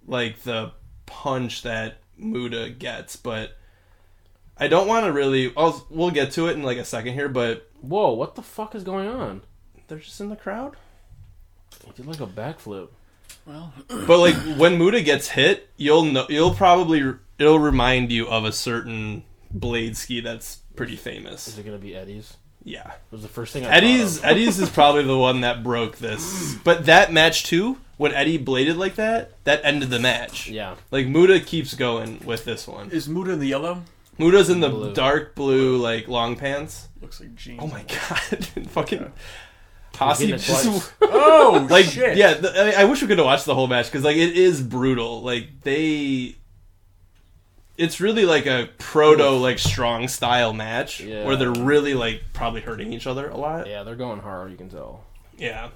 like the punch that Muda gets, but I don't want to really. I'll, we'll get to it in like a second here, but Whoa, what the fuck is going on? they're just in the crowd. He did like a backflip. Well, But like when Muda gets hit, you'll know. You'll probably it'll remind you of a certain blade ski that's pretty famous. Is it gonna be Eddie's? Yeah. It was the first thing I thought Eddie's of. Eddie's is probably the one that broke this. But that match too, when Eddie bladed like that, that ended the match. Yeah. Like Muda keeps going with this one. is Muda in the yellow? Muda's in the Blue. dark blue like long pants. Looks like jeans. Oh my god. Fucking Posse Getting just- sliced. Oh, like shit. yeah, the, I, mean, I wish we could have watched the whole match cuz like it is brutal. Like they it's really like a proto like strong style match Yeah. where they're really like probably hurting each other a lot. Yeah, they're going hard. You can tell. yeah.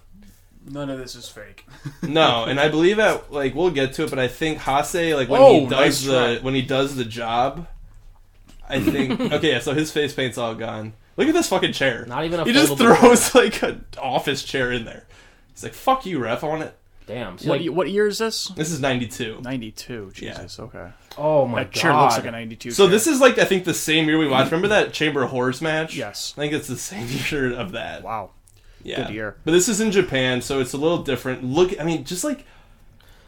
None of this is fake. No, and I believe that like we'll get to it, but I think Hase like when Oh, he does nice the try. when he does the job, I think okay, yeah, so his face paint's all gone. Look at this fucking chair. Not even a He just foldable- throws like an office chair in there. He's like, "Fuck you, ref. I want it." Damn. See, What, like, ye- what year is this? This is ninety two. 92. Yeah. Jesus, okay. oh my That god. chair looks like a 92. So chair. this is like I think the same year we watched. Remember that Chamber of Horrors match? Yes. I think it's the same year of that. Wow. yeah. good year. But this is in Japan, so it's a little different. Look, I mean, just like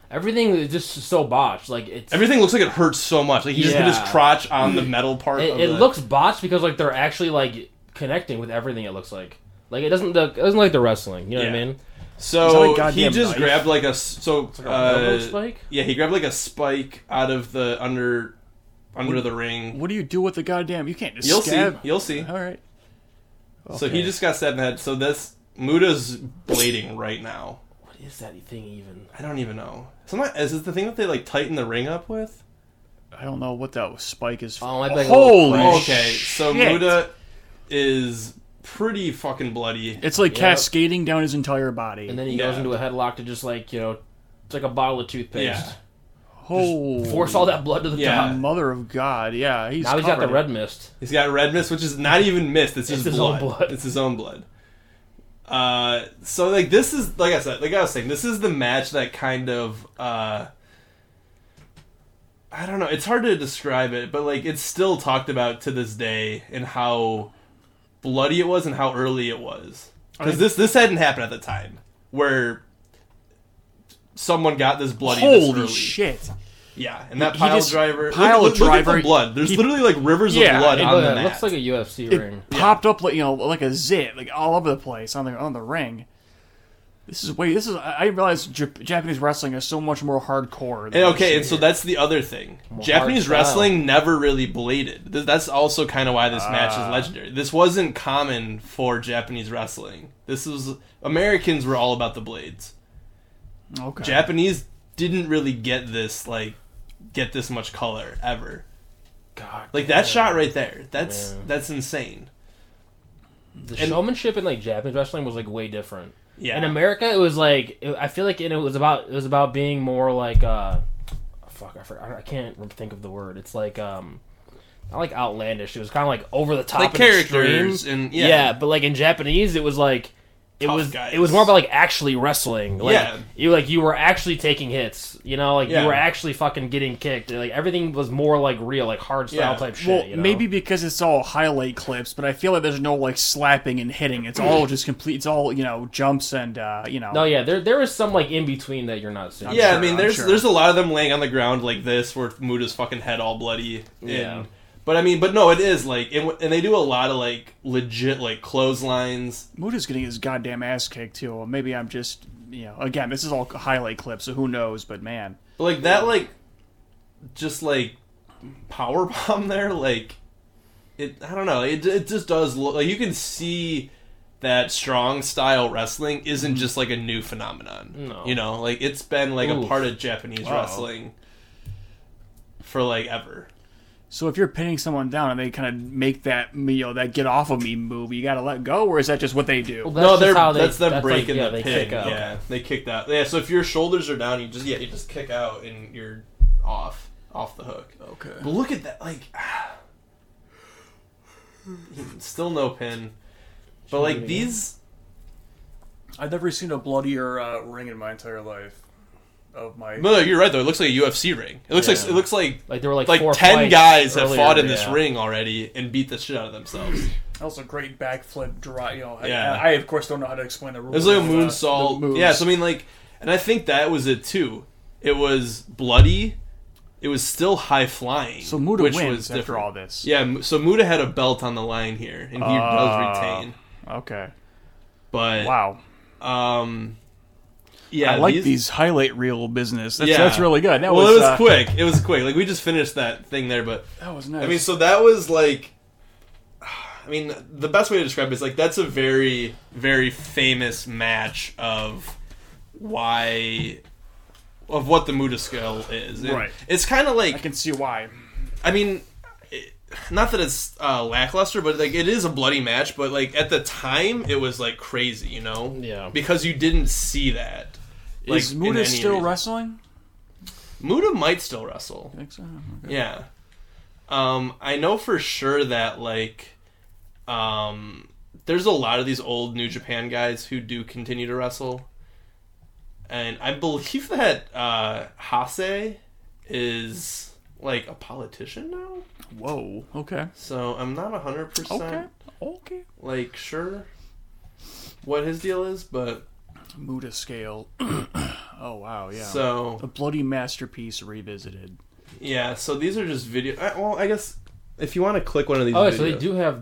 Everything is just so botched. Like it's. everything looks like it hurts so much. Like he just hit Yeah. his crotch on the metal part. it of it the- looks botched because like they're actually like connecting with everything. It looks like. Like it doesn't. Look, it doesn't look like they're wrestling. You know what I Yeah. mean? Is that a So goddamn he just knife? grabbed like a s- so like a uh, railroad spike? Yeah, he grabbed like a spike out of the under under the ring. What do you do with the goddamn. You can't just You'll scab. oh, see. You'll see. All right. So he just got stabbed in the head. So this Muda's bleeding right now. What is that thing even? I don't even know. Sometimes is it the thing that they like tighten the ring up with? I don't know what that spike is for. Oh, I'd like a little Holy crash. okay, so shit. Muda is pretty fucking bloody. It's like Yep. cascading down his entire body. And then he Yeah. goes into a headlock to just like you know, it's like a bottle of toothpaste. Yeah. Holy Force all that blood to the Yeah. top. mother of God. Yeah, he's Now he's got the covered. red mist. He's got red mist, which is not even mist. It's, just his own blood. blood. It's his own blood. Uh, so like this is like I said, like I was saying, this is the match that kind of uh, I don't know. It's hard to describe it, but like it's still talked about to this day and how bloody it was and how early it was because this this hadn't happened at the time where someone got this bloody. this Holy early. shit! Yeah, and that He pile just- driver, pile look, look, look at the driver, blood. There's he- literally like rivers Yeah, of blood it on Look, the it mat. looks like a UFC It ring. popped up like you know, like a zit, like all over the place on the on the ring. This is way. This is. I I realize Jap- Japanese wrestling is so much more hardcore. than And we see okay, and so here. that's the other thing. Japanese hard style. wrestling never really bladed. Th- That's also kind of why this match Ah. is legendary. This wasn't common for Japanese wrestling. This was Americans were all about the blades. okay. Japanese didn't really get this like get this much color ever. God, Like that shot right there. That's that's insane. the showmanship in like Japanese wrestling was like way different. Yeah. In America, it was like it, I feel like and it was about it was about being more like uh, fuck, I forgot, I can't rem- think of the word. It's like um, not like outlandish. It was kind of like over the top, Like and characters extreme. and- yeah. but like in Japanese, it was like. It Tough was guys. it was more about like actually wrestling. Like Yeah. you like you were actually taking hits. You know, like Yeah. you were actually fucking getting kicked. Like everything was more like real, like hard style Yeah. type shit. Well, you know? maybe because it's all highlight clips, but I feel like there's no like slapping and hitting. It's all just complete. It's all you know, jumps and uh, you know. No, Oh, yeah, there there is some like in between that you're not seeing. yeah, sure, I mean, I'm there's sure. there's a lot of them laying on the ground like this, where Muda's fucking head all bloody. And, Yeah. But I mean, but no, it is like, it, and they do a lot of like legit like clotheslines. Muda's getting his goddamn ass kicked too. Or maybe I'm just you know. Again, this is all highlight clips, so who knows? But man, But, like that, like just like power bomb there, like it. I don't know. It it just does look like you can see that strong style wrestling isn't just like a new phenomenon. Mm-hmm. No. You know, like it's been like Oof. a part of Japanese wrestling for like ever. So if you're pinning someone down and they kind of make that you know that get off of me move, you got to let go, or is that just what they do? Well, no, just Oh, they're how they- that's them like, breaking yeah, the they pin. kick out. Yeah, they kicked out. Yeah, so if your shoulders are down, you just yeah, you just kick out and you're off off the hook. Okay. But look at that, like still no pin. But like these, I've never seen a bloodier uh, ring in my entire life. Of my No, no, you're right though. It looks like a UFC ring. It looks like Yeah. it looks like Like there were like like four ten fights guys have earlier, fought in this yeah. ring already and beat the shit out of themselves. also great backflip dry. You know, I- Yeah. I, I, of course don't know how to explain the rules. It was like a of, uh, moonsault. the moves. yeah, so I mean, like, and I think that was it too. It was bloody. It was still high flying. So Muda which wins was after different. all this. Yeah, M- so Muda had a belt on the line here, and he does Ah. retain. Okay. But Wow. um, yeah, I like these, highlight reel business. That's, that's really good. That well, was, it was uh, quick. It was quick. Like we just finished that thing there, but That was nice. I mean, so that was like, I mean, the best way to describe it is like that's a very, very famous match of why, of what the Muda skill is. And Right. It's kind of I like, can see why. I mean, it, not that it's uh, lackluster, but like it is a bloody match. But like at the time, it was like crazy, you know? Yeah. Because you didn't see that. Like, Is in Muda any still reason. wrestling? Muda might still wrestle. I think so. Yeah. Um, I know for sure that like um there's a lot of these old New Japan guys who do continue to wrestle. And I believe that uh Hase is like a politician now. Whoa. Okay. So I'm not hundred Okay. percent Okay. like sure what his deal is, but Muda scale. oh wow. Yeah. so Oh. the bloody masterpiece revisited. yeah, so these are just video I, well, I guess if you want to click one of these Oh, videos. so they do have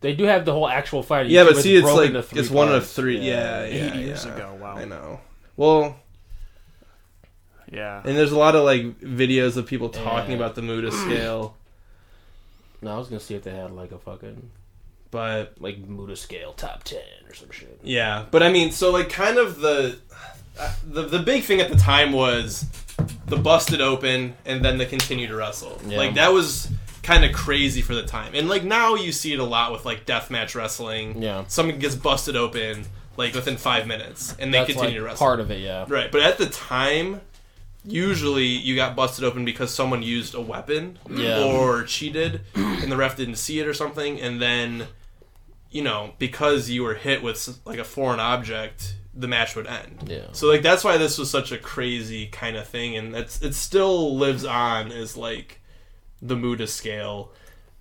they do have the whole actual fight. Yeah, but was see, it's broken like into it's three one of parts. three. Yeah, yeah, Eight years yeah. ago, wow. I know. Well, Yeah. and there's a lot of like videos of people talking Yeah. about the Muda scale, No, I was gonna see if they had like a fucking but like Muda scale top ten or some shit. yeah, but I mean, so like kind of the uh, the the big thing at the time was the busted open and then the continue to wrestle. Yeah. Like that was kind of crazy for the time, and like now you see it a lot with like deathmatch wrestling. Yeah. someone gets busted open like within five minutes, and they That's continue like to wrestle. part of it. Yeah, Right, but at the time, usually you got busted open because someone used a weapon Yeah. or cheated, and the ref didn't see it or something, and then, you know, because you were hit with like a foreign object, the match would end. Yeah. So like that's why this was such a crazy kind of thing, and that's it still lives on as like the Muda scale,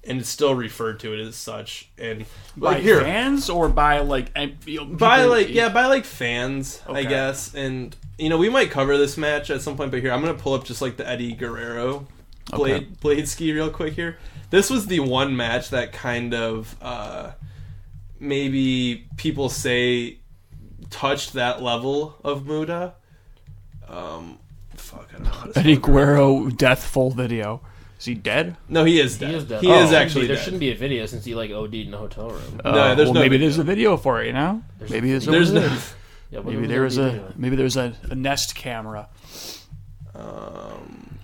and it's still referred to it as such. And by like here, fans or by like em- you know, by people- like yeah by like fans i Okay. guess and you know we might cover this match at some point but here i'm gonna pull up just like the eddie guerrero blade blade ski real quick here this was the one match that kind of uh maybe people say touched that level of muda um fuck i don't know how to Eddie Guerrero death full video. Is he dead? no he is he dead is dead. he Oh, is shouldn't actually be- there dead. Oh, shouldn't be a video since he like OD'd in a hotel room. Uh, No, there's well, no maybe video. there's a video for it. You know, maybe there's, a- there's no yeah, but maybe was there is OD a video? maybe there's a, a Nest camera. um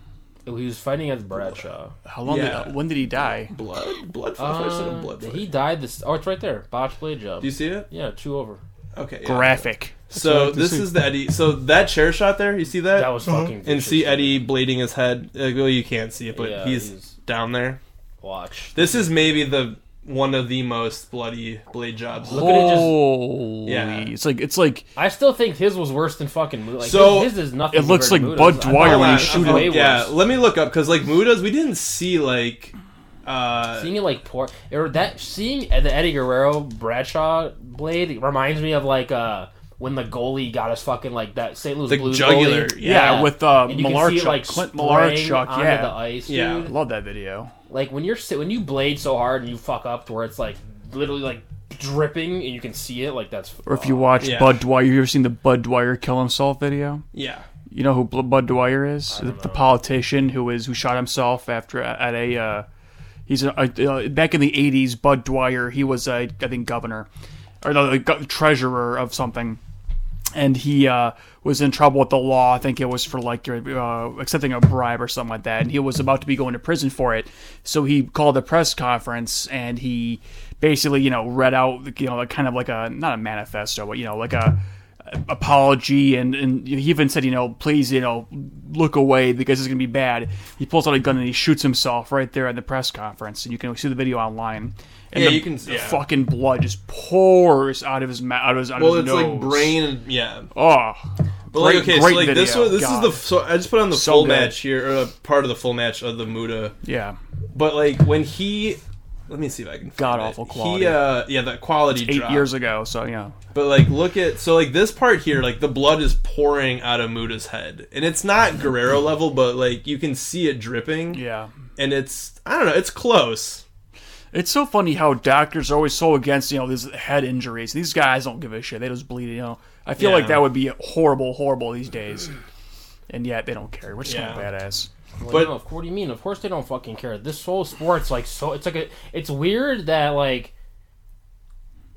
He was fighting against Bradshaw. How long? Yeah. Did, uh, when did he die? blood blood I thought I said a Uh, blood he flick. died this. Oh, it's right there. Botch blade job. do you see it Yeah, two over. okay yeah. Graphic. what I So like to this see. is the Eddie. So that chair shot there, you see that? That was fucking. and see vicious. Eddie blading his head. Uh, well, you can't see it, but Yeah, he's, he's- down there. Watch. This is maybe the one of the most bloody blade jobs. Look at it just- Holy! Yeah. It's like it's like I still think his was worse than fucking Muda. Like, So, his, his is nothing. it looks compared to like Muda's. Bud I thought Dwyer when he it was shoot way him. yeah, worse. let me look up because like Muda's, we didn't see like. Uh, Seeing it like poor or that seeing the Eddie Guerrero Bradshaw blade reminds me of like uh when the goalie got his fucking like that St. Louis The Blues jugular, goalie. yeah, with uh, And you can see Malarchuk, it, like Clint spraying Malarchuk. onto Yeah, the ice, dude. Yeah. I love that video. Like when you're sit when you blade so hard and you fuck up to where it's like literally like dripping and you can see it. Like that's Or if you watch Oh, yeah. Bud Dwyer, you ever seen the Bud Dwyer kill himself video? yeah, You know who Bl- Bud Dwyer is? The, the politician who is who shot himself after at a. Uh, he's a, a, uh, back in the '80s. Bud Dwyer. He was a, I think governor, or no, the go- treasurer of something, and he uh, was in trouble with the law. I think it was for like uh, accepting a bribe or something like that, and he was about to be going to prison for it. So he called a press conference and he basically you know read out you know like kind of like a not a manifesto, but you know like a apology, and and he even said, you know, please, you know, look away because it's gonna be bad. He pulls out a gun and he shoots himself right there at the press conference, and you can see the video online. And Yeah, the, you can- the yeah. fucking blood just pours out of his mouth, out of his, out Well, of it's his like nose. brain. Yeah. Oh, But like, Great- okay, great so like this video. one, this God. is the. So I just put on the So full good. match here, or uh, part of the full match of the Muda. yeah, But like when he, let me see if I can. find God it. awful He, quality. uh, yeah, the quality eight drop. years ago. So yeah, But like, look at so like this part here, like the blood is pouring out of Muda's head, and it's not Guerrero level, but like you can see it dripping. yeah. and it's I don't know, it's close. It's so funny how doctors are always so against you know these head injuries. These guys don't give a shit. They just bleed. You know, I feel Yeah. like that would be horrible, horrible these days. And yet they don't care. We're just kind Yeah. of badass. Well, But- no, of course, what do you mean? Of course they don't fucking care. This whole sport's like so. It's like a. It's weird that like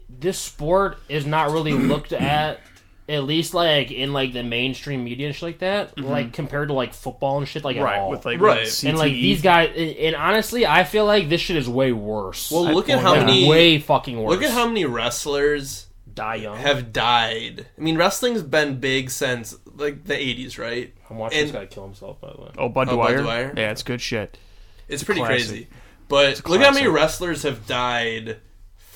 this sport is not really looked at. At least, like in like the mainstream media and shit like that, like compared to like football and shit, like at Right all. with like Mm-hmm. E. Right. CTE. and like E. these guys, and, and honestly, I feel like this shit is way worse. Well, look at Like, how many- way fucking worse. Look at how many wrestlers die young. have died. I mean, wrestling's been big since like the '80s, right? I'm watching and- this guy kill himself. By the way, Oh, Bud Oh, Bud Dwyer. Dwyer? Yeah, it's good shit. It's pretty classic. crazy. But look at how many classic. wrestlers have died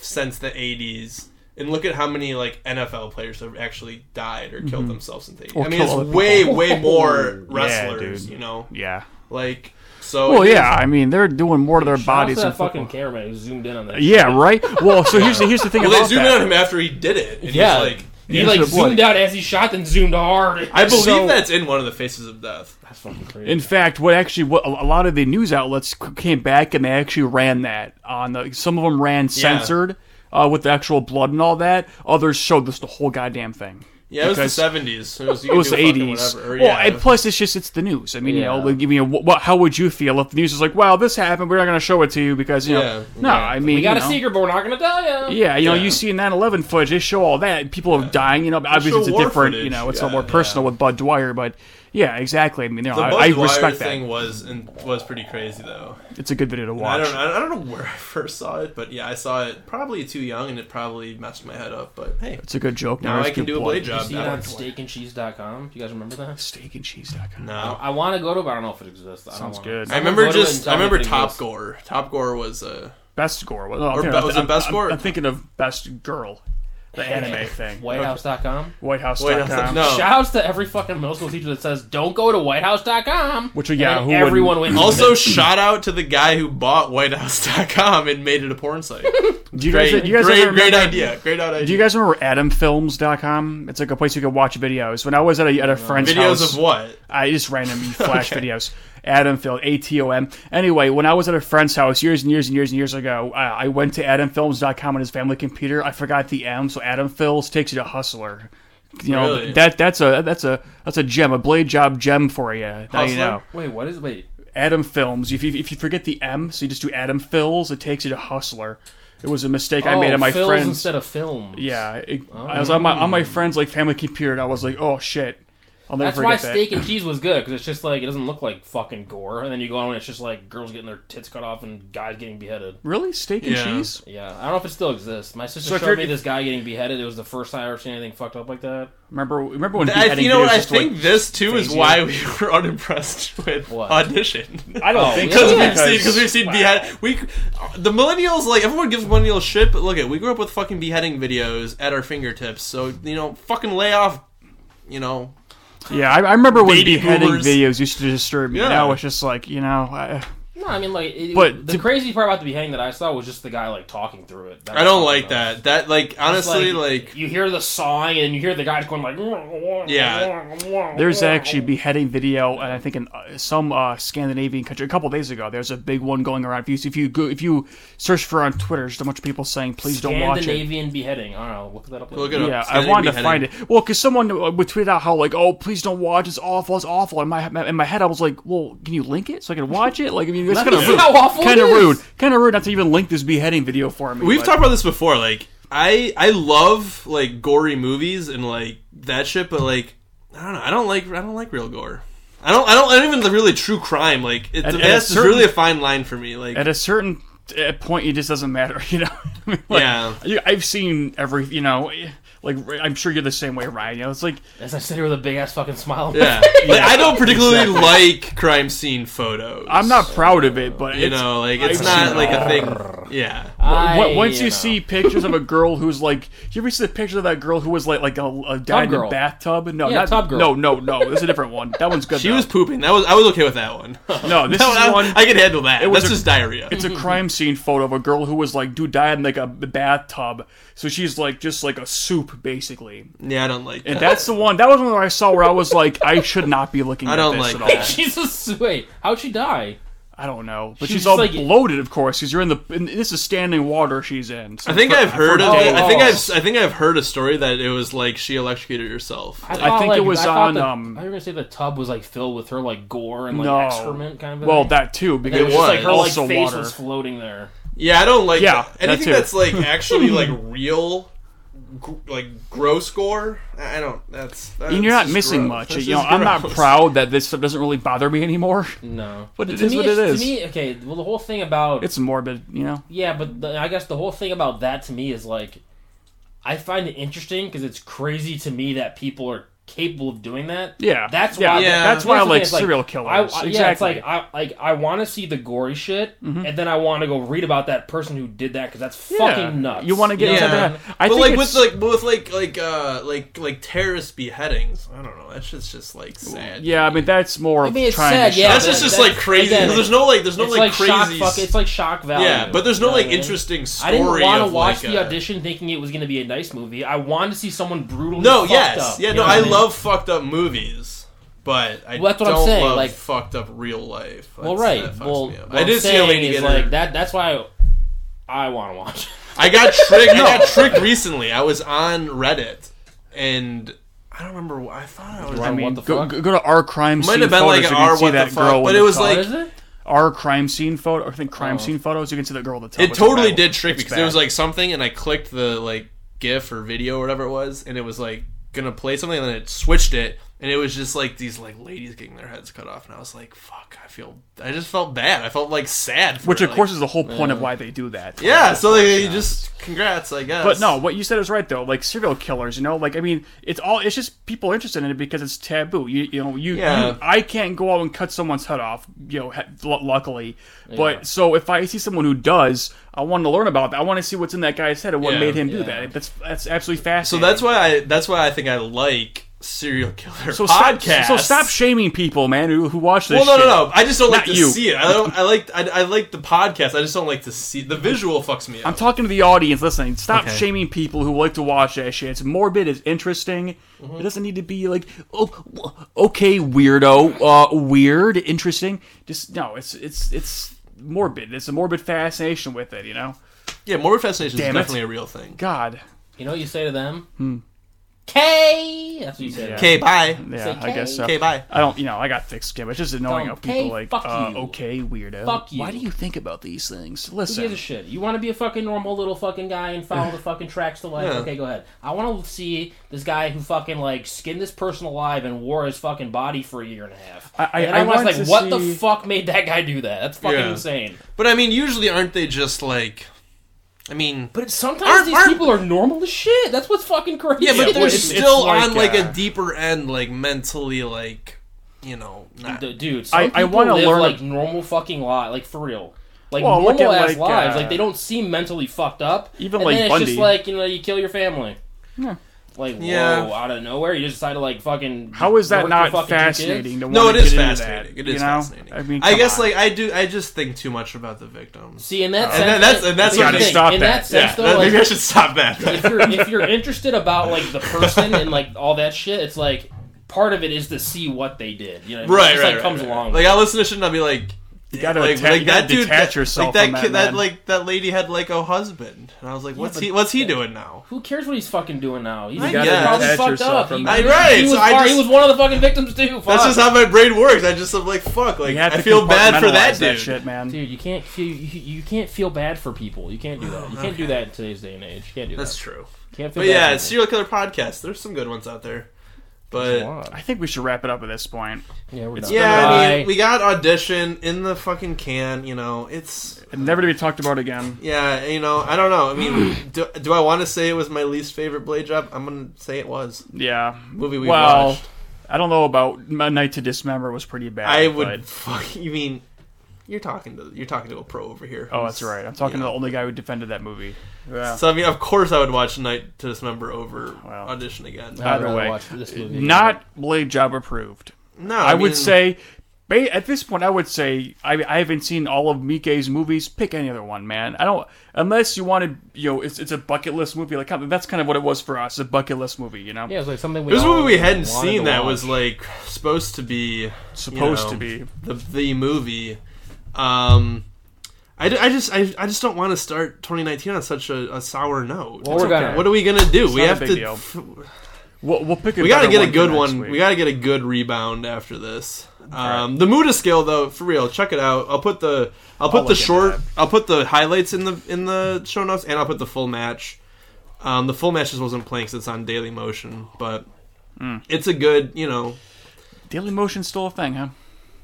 since the '80s, and look at how many like NFL players have actually died or killed themselves in the '80s. Mm-hmm. Or I mean, killed other it's people. Oh, way, way more wrestlers. dude. you know, Yeah. like so. Well, yeah. I mean, they're doing more to their Shout out to bodies than that fucking. fucking cameraman who zoomed in on that. Yeah. Right. Well, so here's the, here's the thing Well, they about zoomed that. in on him after he did it. And yeah. he's like, he Yeah. like To the blood. zoomed out as he shot, then zoomed hard. I believe So- that's in one of the faces of death. That's fucking crazy. In fact, what actually what a a lot of the news outlets c- came back and they actually ran that on the some of them ran censored uh, with the actual blood and all that. Others showed this the whole goddamn thing. Yeah, it was the Because- seventies. It was, you It could was do the fucking eighties. whatever, or, Well, yeah. and plus it's just it's the news. I mean, Yeah. you know, like, you know, what, how would you feel if the news is like, "Wow, this happened. We're not going to show it to you because you Yeah. know." No, I mean, we got you a know, secret, but we're not gonna tell you. Yeah, you know, Yeah. you see 9/11 footage. They show all that. People are dying. You know, show obviously it's a war different. footage. You know, it's a Yeah, lot more yeah. personal with Bud Dwyer, but yeah, exactly. I mean, you know, the I, Bud I Dwyer respect that. thing was and was pretty crazy though. It's a good video to watch. I don't I don't know where I first saw it, but yeah, I saw it probably too young and it probably messed my head up. But hey, It's a good joke. now I it's can good do a blood. blade job See it now. on steakandcheese.com. Do you guys remember that? Steakandcheese.com. No. I want to go to, but I don't know if it exists. I don't Sounds wanna- good. I remember Go to it and just tell I me remember if it Top exists. Gore. Top Gore was a Best Gore. Well, no, I'm Or thinking of- was it I'm- Best I'm- Gore? I'm thinking of Best Girl, the anime thing. Oh. WhiteHouse.com. Whitehouse.com. White House- no. Shouts to every fucking middle school teacher that says, "Don't go to WhiteHouse.com." Which, yeah, And who everyone went Also, shout out to the guy who bought WhiteHouse.com and made it a porn site. Do you guys, Great, do you guys great, ever remember, great idea. Great idea. Do you guys remember AdamFilms.com? It's like a place you can watch videos. When I was at a, at a friend's videos house, of what? I just random flash videos. Adam Film, A T O M. Anyway, when I was at a friend's house years and years and years and years ago, I, I went to AdamFilms.com on his family computer. I forgot the M, so Adam Films takes you to Hustler. You know Really? that that's a that's a that's a gem, a blade job gem for you. Now you Hustler? know. Wait, what is? Wait, Adam Films. If you, if you forget the M, so you just do Adam Fills, it takes you to Hustler. It was a mistake I made oh, on my films friends. instead of films. yeah, it- I was on my on my friend's like family computer, and I was like, oh shit. I'll never That's forget why that. steak and cheese was good because it's just like it doesn't look like fucking gore, and then you go on and it's just like girls getting their tits cut off and guys getting beheaded. Really, steak and Yeah. cheese? Yeah, I don't know if it still exists. My sister So if showed you're- me this guy getting beheaded. It was the first time I ever seen anything fucked up like that. Remember, remember when I, beheading you know what? videos I used to, like, think this too is phase you. why we were unimpressed with What? audition. I don't Oh, think yeah. Because so. Yeah. we've seen, because we've seen behead. We, the millennials, like everyone gives millennials shit, but look at we grew up with fucking beheading videos at our fingertips. So you know, fucking lay off. You know, Yeah, I, I remember when Baby beheading boomers. videos used to disturb me. Yeah. Now it's just like you know, I, No, I mean like. It, But the to- crazy part about the beheading that I saw was just the guy like talking through it. That I don't was like fucking nuts. that. That like It's honestly, like, you hear the sawing and you hear the guys going like "Mm, Yeah. there's actually beheading video, and I think in uh, some uh, Scandinavian country a couple days ago, there's a big one going around. If you if you go, if you search for it on Twitter, there's a bunch of people saying please don't watch it. Scandinavian beheading. I don't know. Look that up. Later. look it up. Yeah, I Standing wanted to beheading. find it. Well, because someone uh, would tweet out how like, oh, please don't watch. It's awful. It's awful. In my in my head, I was like, well, can you link it so I can watch it? Like, I mean, it's kind of is rude. how awful it Kind of is. rude. Kind of rude not to even link this beheading video for me. We've but- talked about this before. Like I, I love like gory movies and like that shit, but like I don't know. I don't like I don't like real gore. I don't. I don't. I don't even really true crime. Like it's, At- at a that's just certain- really a fine line for me. Like at a certain uh, point, it just doesn't matter, you know. I mean, Yeah. you- I've seen every, you know, Like I'm sure you're the same way, Ryan. You know, it's like As I sit here with a big ass fucking smile. on my Yeah. Like, I don't particularly like crime scene photos. I'm not proud of it, but You it's, know, like it's I've not seen like a thing. Yeah. I, Wh- once you know. see pictures of a girl who's like, you ever see the picture of that girl who was like like a, a dad in a Girl. bathtub? No, Yeah, not Tub Girl. No, no, no. This is a different one. That one's good. She though. was pooping. That was I was okay with that one. no. This That is one, I, one. I can handle that. was That's a- just diarrhea. it's a crime scene photo of a girl who was like, dude died in like a bathtub. So she's like just like a soup basically. yeah, I don't like And that. that's the one. That was one where I saw where I was like, I should not be looking. I at don't like this at that. all. Jesus, wait, how'd she die? I don't know, but She's she's, all like- bloated, of course, because you're in the. And this is standing water she's in. So I think I've heard of forgot. it. I think Oh. I've I think I've heard a story that it was like she electrocuted herself. I, thought, think like, it was I thought on, The, um, I was gonna say the tub was like filled with her like gore and like No. excrement kind of. a Well, thing. that too, And because it was, just like was. her like also face water. was floating there. Yeah, I don't like Yeah, that. that anything too. that's like actually like real, gr- like gross gore. I I don't. That's, that's and you're not just missing gross. much. That's You know, just I'm not gross. proud that this stuff doesn't really bother me anymore. No, But it to is me, what it it's- is. To me, okay. Well, the whole thing about It's morbid, you know. Yeah, but the, I guess the whole thing about that to me is like, I find it interesting because it's crazy to me that people are capable of doing that. Yeah, that's yeah, why. Yeah. That's that's why I the like thing, it's serial I, killers. I- exactly. Mm-hmm. Yeah, it's like I like I want to see the gory shit, and then I want to go read about that person who did that because that's fucking nuts. You want to get Yeah. into that? I but think like with it's, like but with like like uh like like terrorist beheadings, I don't know. That shit's just like sad. yeah, I mean that's more of mean, it's trying sad, to. yeah, shock- that's but just just that's- like crazy. again, 'cause there's no like there's no it's like, shock. crazy. Fuck, it's like shock value. yeah, but there's no You know like what I mean? interesting story. I didn't want to of, watch like, the a- audition thinking it was going to be a nice movie. I wanted to see someone brutal. No, fucked yes, up, yeah, you no. know what I mean? love fucked up movies, but I Well, that's what I'm don't saying, love like- fucked up real life. Well, That's- right. that fucks Well, me up. what I did I'm see a lady saying is get like her- that. That's why I, I want to watch. I got tricked. I got tricked recently. I was on Reddit, and I don't remember. What, I thought I was. Right. I What mean, the go, fuck? go go to our crime Might scene have been photos. like you an can R see what the that fuck, girl but with it the was tub. like- What is it? our crime scene photo. I think crime Oh. scene photos. You can see the girl with the tub. It It's totally bad. did trick me It's because there was bad. like something, and I clicked the like GIF or video or whatever it was, and it was like gonna play something, and then it switched it, and it was just like these like ladies getting their heads cut off, and I was like, fuck, I feel, I just felt bad. I felt like sad. For which it, of course like, is the whole point of why they do that. yeah. So like, you just congrats, I guess. But no, what you said is right though. Like serial killers, you know, like I mean, it's all it's just people are interested in it because it's taboo. You you know, you, Yeah. you I can't go out and cut someone's head off, you know, he, lu- luckily. But so if I see someone who does, I want to learn about that. I want to see what's in that guy's head and what Yeah. made him do Yeah. that. That's that's absolutely So fascinating. that's why I that's why I think I like serial killer so stop, podcasts. so stop shaming people, man, who, who watch this. Well, no, shit. no, no. I just don't like Not to you. see it. I don't. I like. I, I like the podcast. I just don't like to see the visual. Fucks me I'm up. talking to the audience. Listening, stop Okay. shaming people who like to watch that shit. It's morbid. It's interesting. It doesn't need to be like, oh, w- okay, weirdo, uh, weird, interesting. Just no. It's it's it's morbid. It's a morbid fascination with it. You know, yeah, morbid fascination is Damn it. definitely a real thing. God. You know what you say to them? Hmm. K. That's what you say. To them. Okay, bye. Yeah, Say, I guess so. Okay, bye. I don't, you know, I got thick skin. but It's just annoying how Don't people pay, like, fuck uh, you. okay, weirdo. Fuck you. Why do you think about these things? Who gives a Listen, shit? You want to be a fucking normal little fucking guy and follow the fucking tracks to life? Yeah. Okay, go ahead. I want to see this guy who fucking like skinned this person alive and wore his fucking body for a year and a half. I- I- and then I I, was want like, to what see- the fuck made that guy do that? That's fucking Yeah. insane. But I mean, usually aren't they just like? I mean, But it's, sometimes Aren't- these aren't- people are normal as shit. That's what's fucking crazy. yeah, but they're well, it's- it's still like, on like uh, a deeper end, like mentally, like you know, not. D- dude. I- Some I people wanna live learn- like normal fucking lives, like for real, like Well, look normal at, ass like, lives. uh, like they don't seem mentally fucked up. Even, and like, then it's Bundy. just like you know you kill your family. Like Yeah. whoa, out of nowhere you just decide to like fucking. how is that work your not fucking two fascinating? kids? To no, it wanna is get into that, fascinating. it is you know? fascinating. I mean, I come guess on. like I do. I just think too much about the victims. See, in that sense, And that- that's- and that's here's what the I thing. stop In that. that sense, yeah, though, that- like, maybe I should stop that. if you're if you're interested about like the person and like all that shit, it's like part of it is to see what they did. You know, what right, I mean? It just, right, like right, comes right. along. Like I listen to shit and I'll be like, You gotta like, atta- like you gotta that dude, detach that- yourself like from that that kid, that man. like that lady had like a husband, and I was like, what's but- he, what's he doing now? Who cares what he's fucking doing now? He's, I he's guess. probably Detach fucked yourself up. from He, that. I right, he was so I part- just he was one of the fucking victims too. Fuck. that's just how my brain works. I just am like, fuck, like You have I to feel bad for that compartmentalize dude. shit, man. Dude, you can't feel you, you can't feel bad for people. You can't do that. You can't do that in today's day and age. You can't do That's that. true. You can't feel But bad yeah, for serial killer podcast. There's some good ones out there. It's a But lot. I think we should wrap it up at this point. Yeah, we're It's done. yeah, I Bye. mean, we got audition in the fucking can. You know, it's And never to be talked about again. yeah. You know, I don't know. I mean, do, do I want to say it was my least favorite Blade job? I'm gonna say it was Yeah. movie we well, watched. I don't know about My Night to Dismember was pretty bad. I would but- fuck. You mean you're talking to you're talking to a pro over here? oh, that's right. I'm talking to the only guy who defended that movie. Yeah. So I mean, of course, I would watch Night to Dismember over Wow. audition again. I'd Either rather way, watch this movie than- not Blade Job approved. No, I, would mean, say, ba- at this point, I would say I, I haven't seen all of Mike's movies. Pick any other one, man. I don't unless you wanted, you know, it's, it's a bucket list movie. Like that's kind of what it was for us, a bucket list movie. You know, Yeah, it was like something we. There's a all movie we hadn't wanted seen to that watch. was like supposed to be supposed you to know, be. the the movie. Um, I, d- I just I, I just don't want to start 2019 on such a, a sour note. Well, we're gonna- What are we gonna do? we not a have big to. deal. We'll, we'll pick. A we gotta better get a for good next one. week. We gotta get a good rebound after this. Um, the Muda scale though, for real, check it out. I'll put the I'll put I'll the look into short. that. I'll put the highlights in the in the show notes, and I'll put the full match. Um, the full match just wasn't playing because it's on Daily Motion, but Hmm. it's a good you know. Daily Motion's still a thing, huh?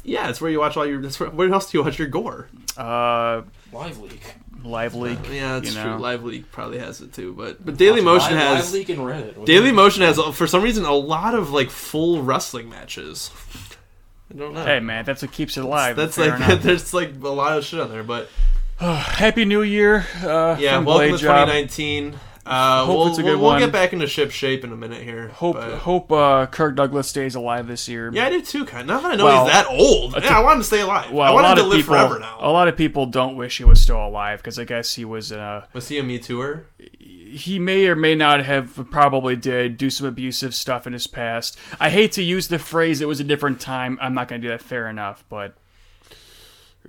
Yeah, it's where you watch all your. That's where, where else do you watch your gore? Uh, Live leak. Live Leak. Yeah, that's you know. true. Live Leak probably has it too, but but Daily Motion live, live has leak and Reddit. Daily Motion has for some reason a lot of like full wrestling matches. I don't know. Hey man, that's what keeps it alive. that's fair like enough. there's like a lot of shit on there, but Happy New Year. Uh, yeah, from welcome Blade to Job. 2019. Uh, Hope we'll, it's a we'll, good we'll one. get back into ship shape in a minute here. Hope but- hope uh, Kirk Douglas stays alive this year. Yeah, I do too. Kind of. Now that I know Well, he's that old, yeah, I want him to stay alive. Well, I a want lot him to of live people, Oh. forever now. a lot of people don't wish he was still alive because I guess he was. Uh, Was he a Me Tooer? he may or may not have probably did do some abusive stuff in his past. I hate to use the phrase "it was a different time." I'm not going to do that. Fair enough, but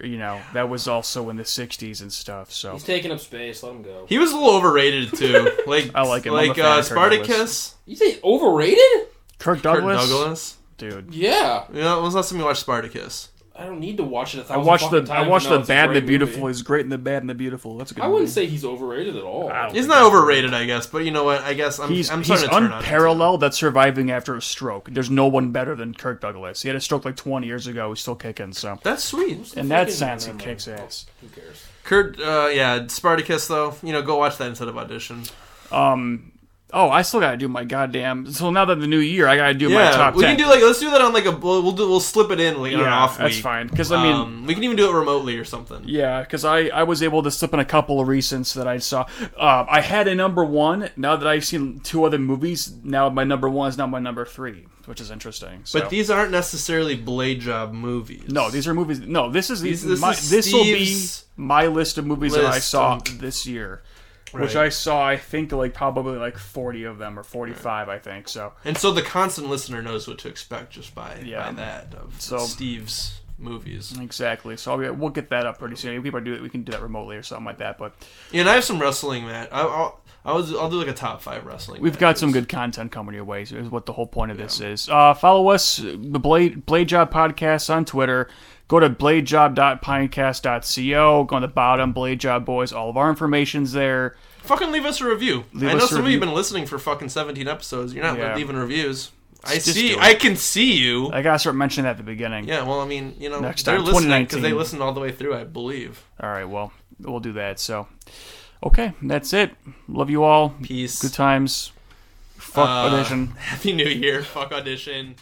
you know that was also in the '60s and stuff. So He's taking up space. Let him go. He was a little overrated too. Like I like him. I'm a Like fan uh, of Kirk Douglas. Spartacus, You say overrated? Kirk Kirk Douglas, Douglas. dude. Yeah. You know, when was the last time you watched Spartacus? I don't need to watch it a I thousand watched the fucking I times watched to know the it's a Bad and the great movie. Beautiful. Is great and the Bad and the Beautiful. That's a good. I wouldn't movie. say he's overrated at all. I don't He's think not that's- overrated, I guess, but you know what? I guess I'm, He's, I'm he's starting to turn on him. unparalleled at surviving after a stroke. There's no one better than Kirk Douglas. He had a stroke like 20 years ago. He's still kicking. So That's sweet. in that freaking sense, he man, kicks ass. Who cares? Kurt, uh, yeah, Spartacus, though, you know, go watch that instead of Audition. Oh, I still gotta do my goddamn. So now that the new year, I gotta do my Yeah, top we 10. can do like, let's do that on like a, we'll, we'll do, we'll slip it in like on an yeah, off week. that's fine. Because I mean, um, we can even do it remotely or something. yeah, because I I was able to slip in a couple of recents that I saw. Uh, I had a number one. Now that I've seen two other movies, now my number one is now my number three, which is interesting. So. But these aren't necessarily Blade Job movies. no, these are movies. No, this is These- this this my, is this will be Steve's my list of movies that I list saw of- this year, which Right. I saw I think like probably like forty of them or forty five I think. So And so the constant listener knows what to expect just by, Yeah. by that of So- Steve's movies. exactly. So I'll be, we'll get that up pretty soon. We can do it. We can do that remotely or something like that. But Yeah, and I have some wrestling, Matt. I, I'll, I was, I'll do like a top five wrestling. We've got some matches. good content coming your way. Is what the whole point of this is. Uh, follow us, the Blade Blade Job Podcast on Twitter. Go to bladejob.pinecast.co. Go on the bottom, Blade Job Boys. All of our information's there. Fucking leave us a review. I us know a some of you review. have been listening for fucking 17 episodes. You're not Yeah. leaving reviews. I Just do see. it. I can see you. I gotta start mentioning that at the beginning. yeah, well, I mean, you know, Next they're time, listening because they 2019. listened all the way through, I believe. All right. Well, we'll do that. So, okay, that's it. Love you all. Peace. Good times. Fuck Uh, audition. Happy New Year. Fuck audition.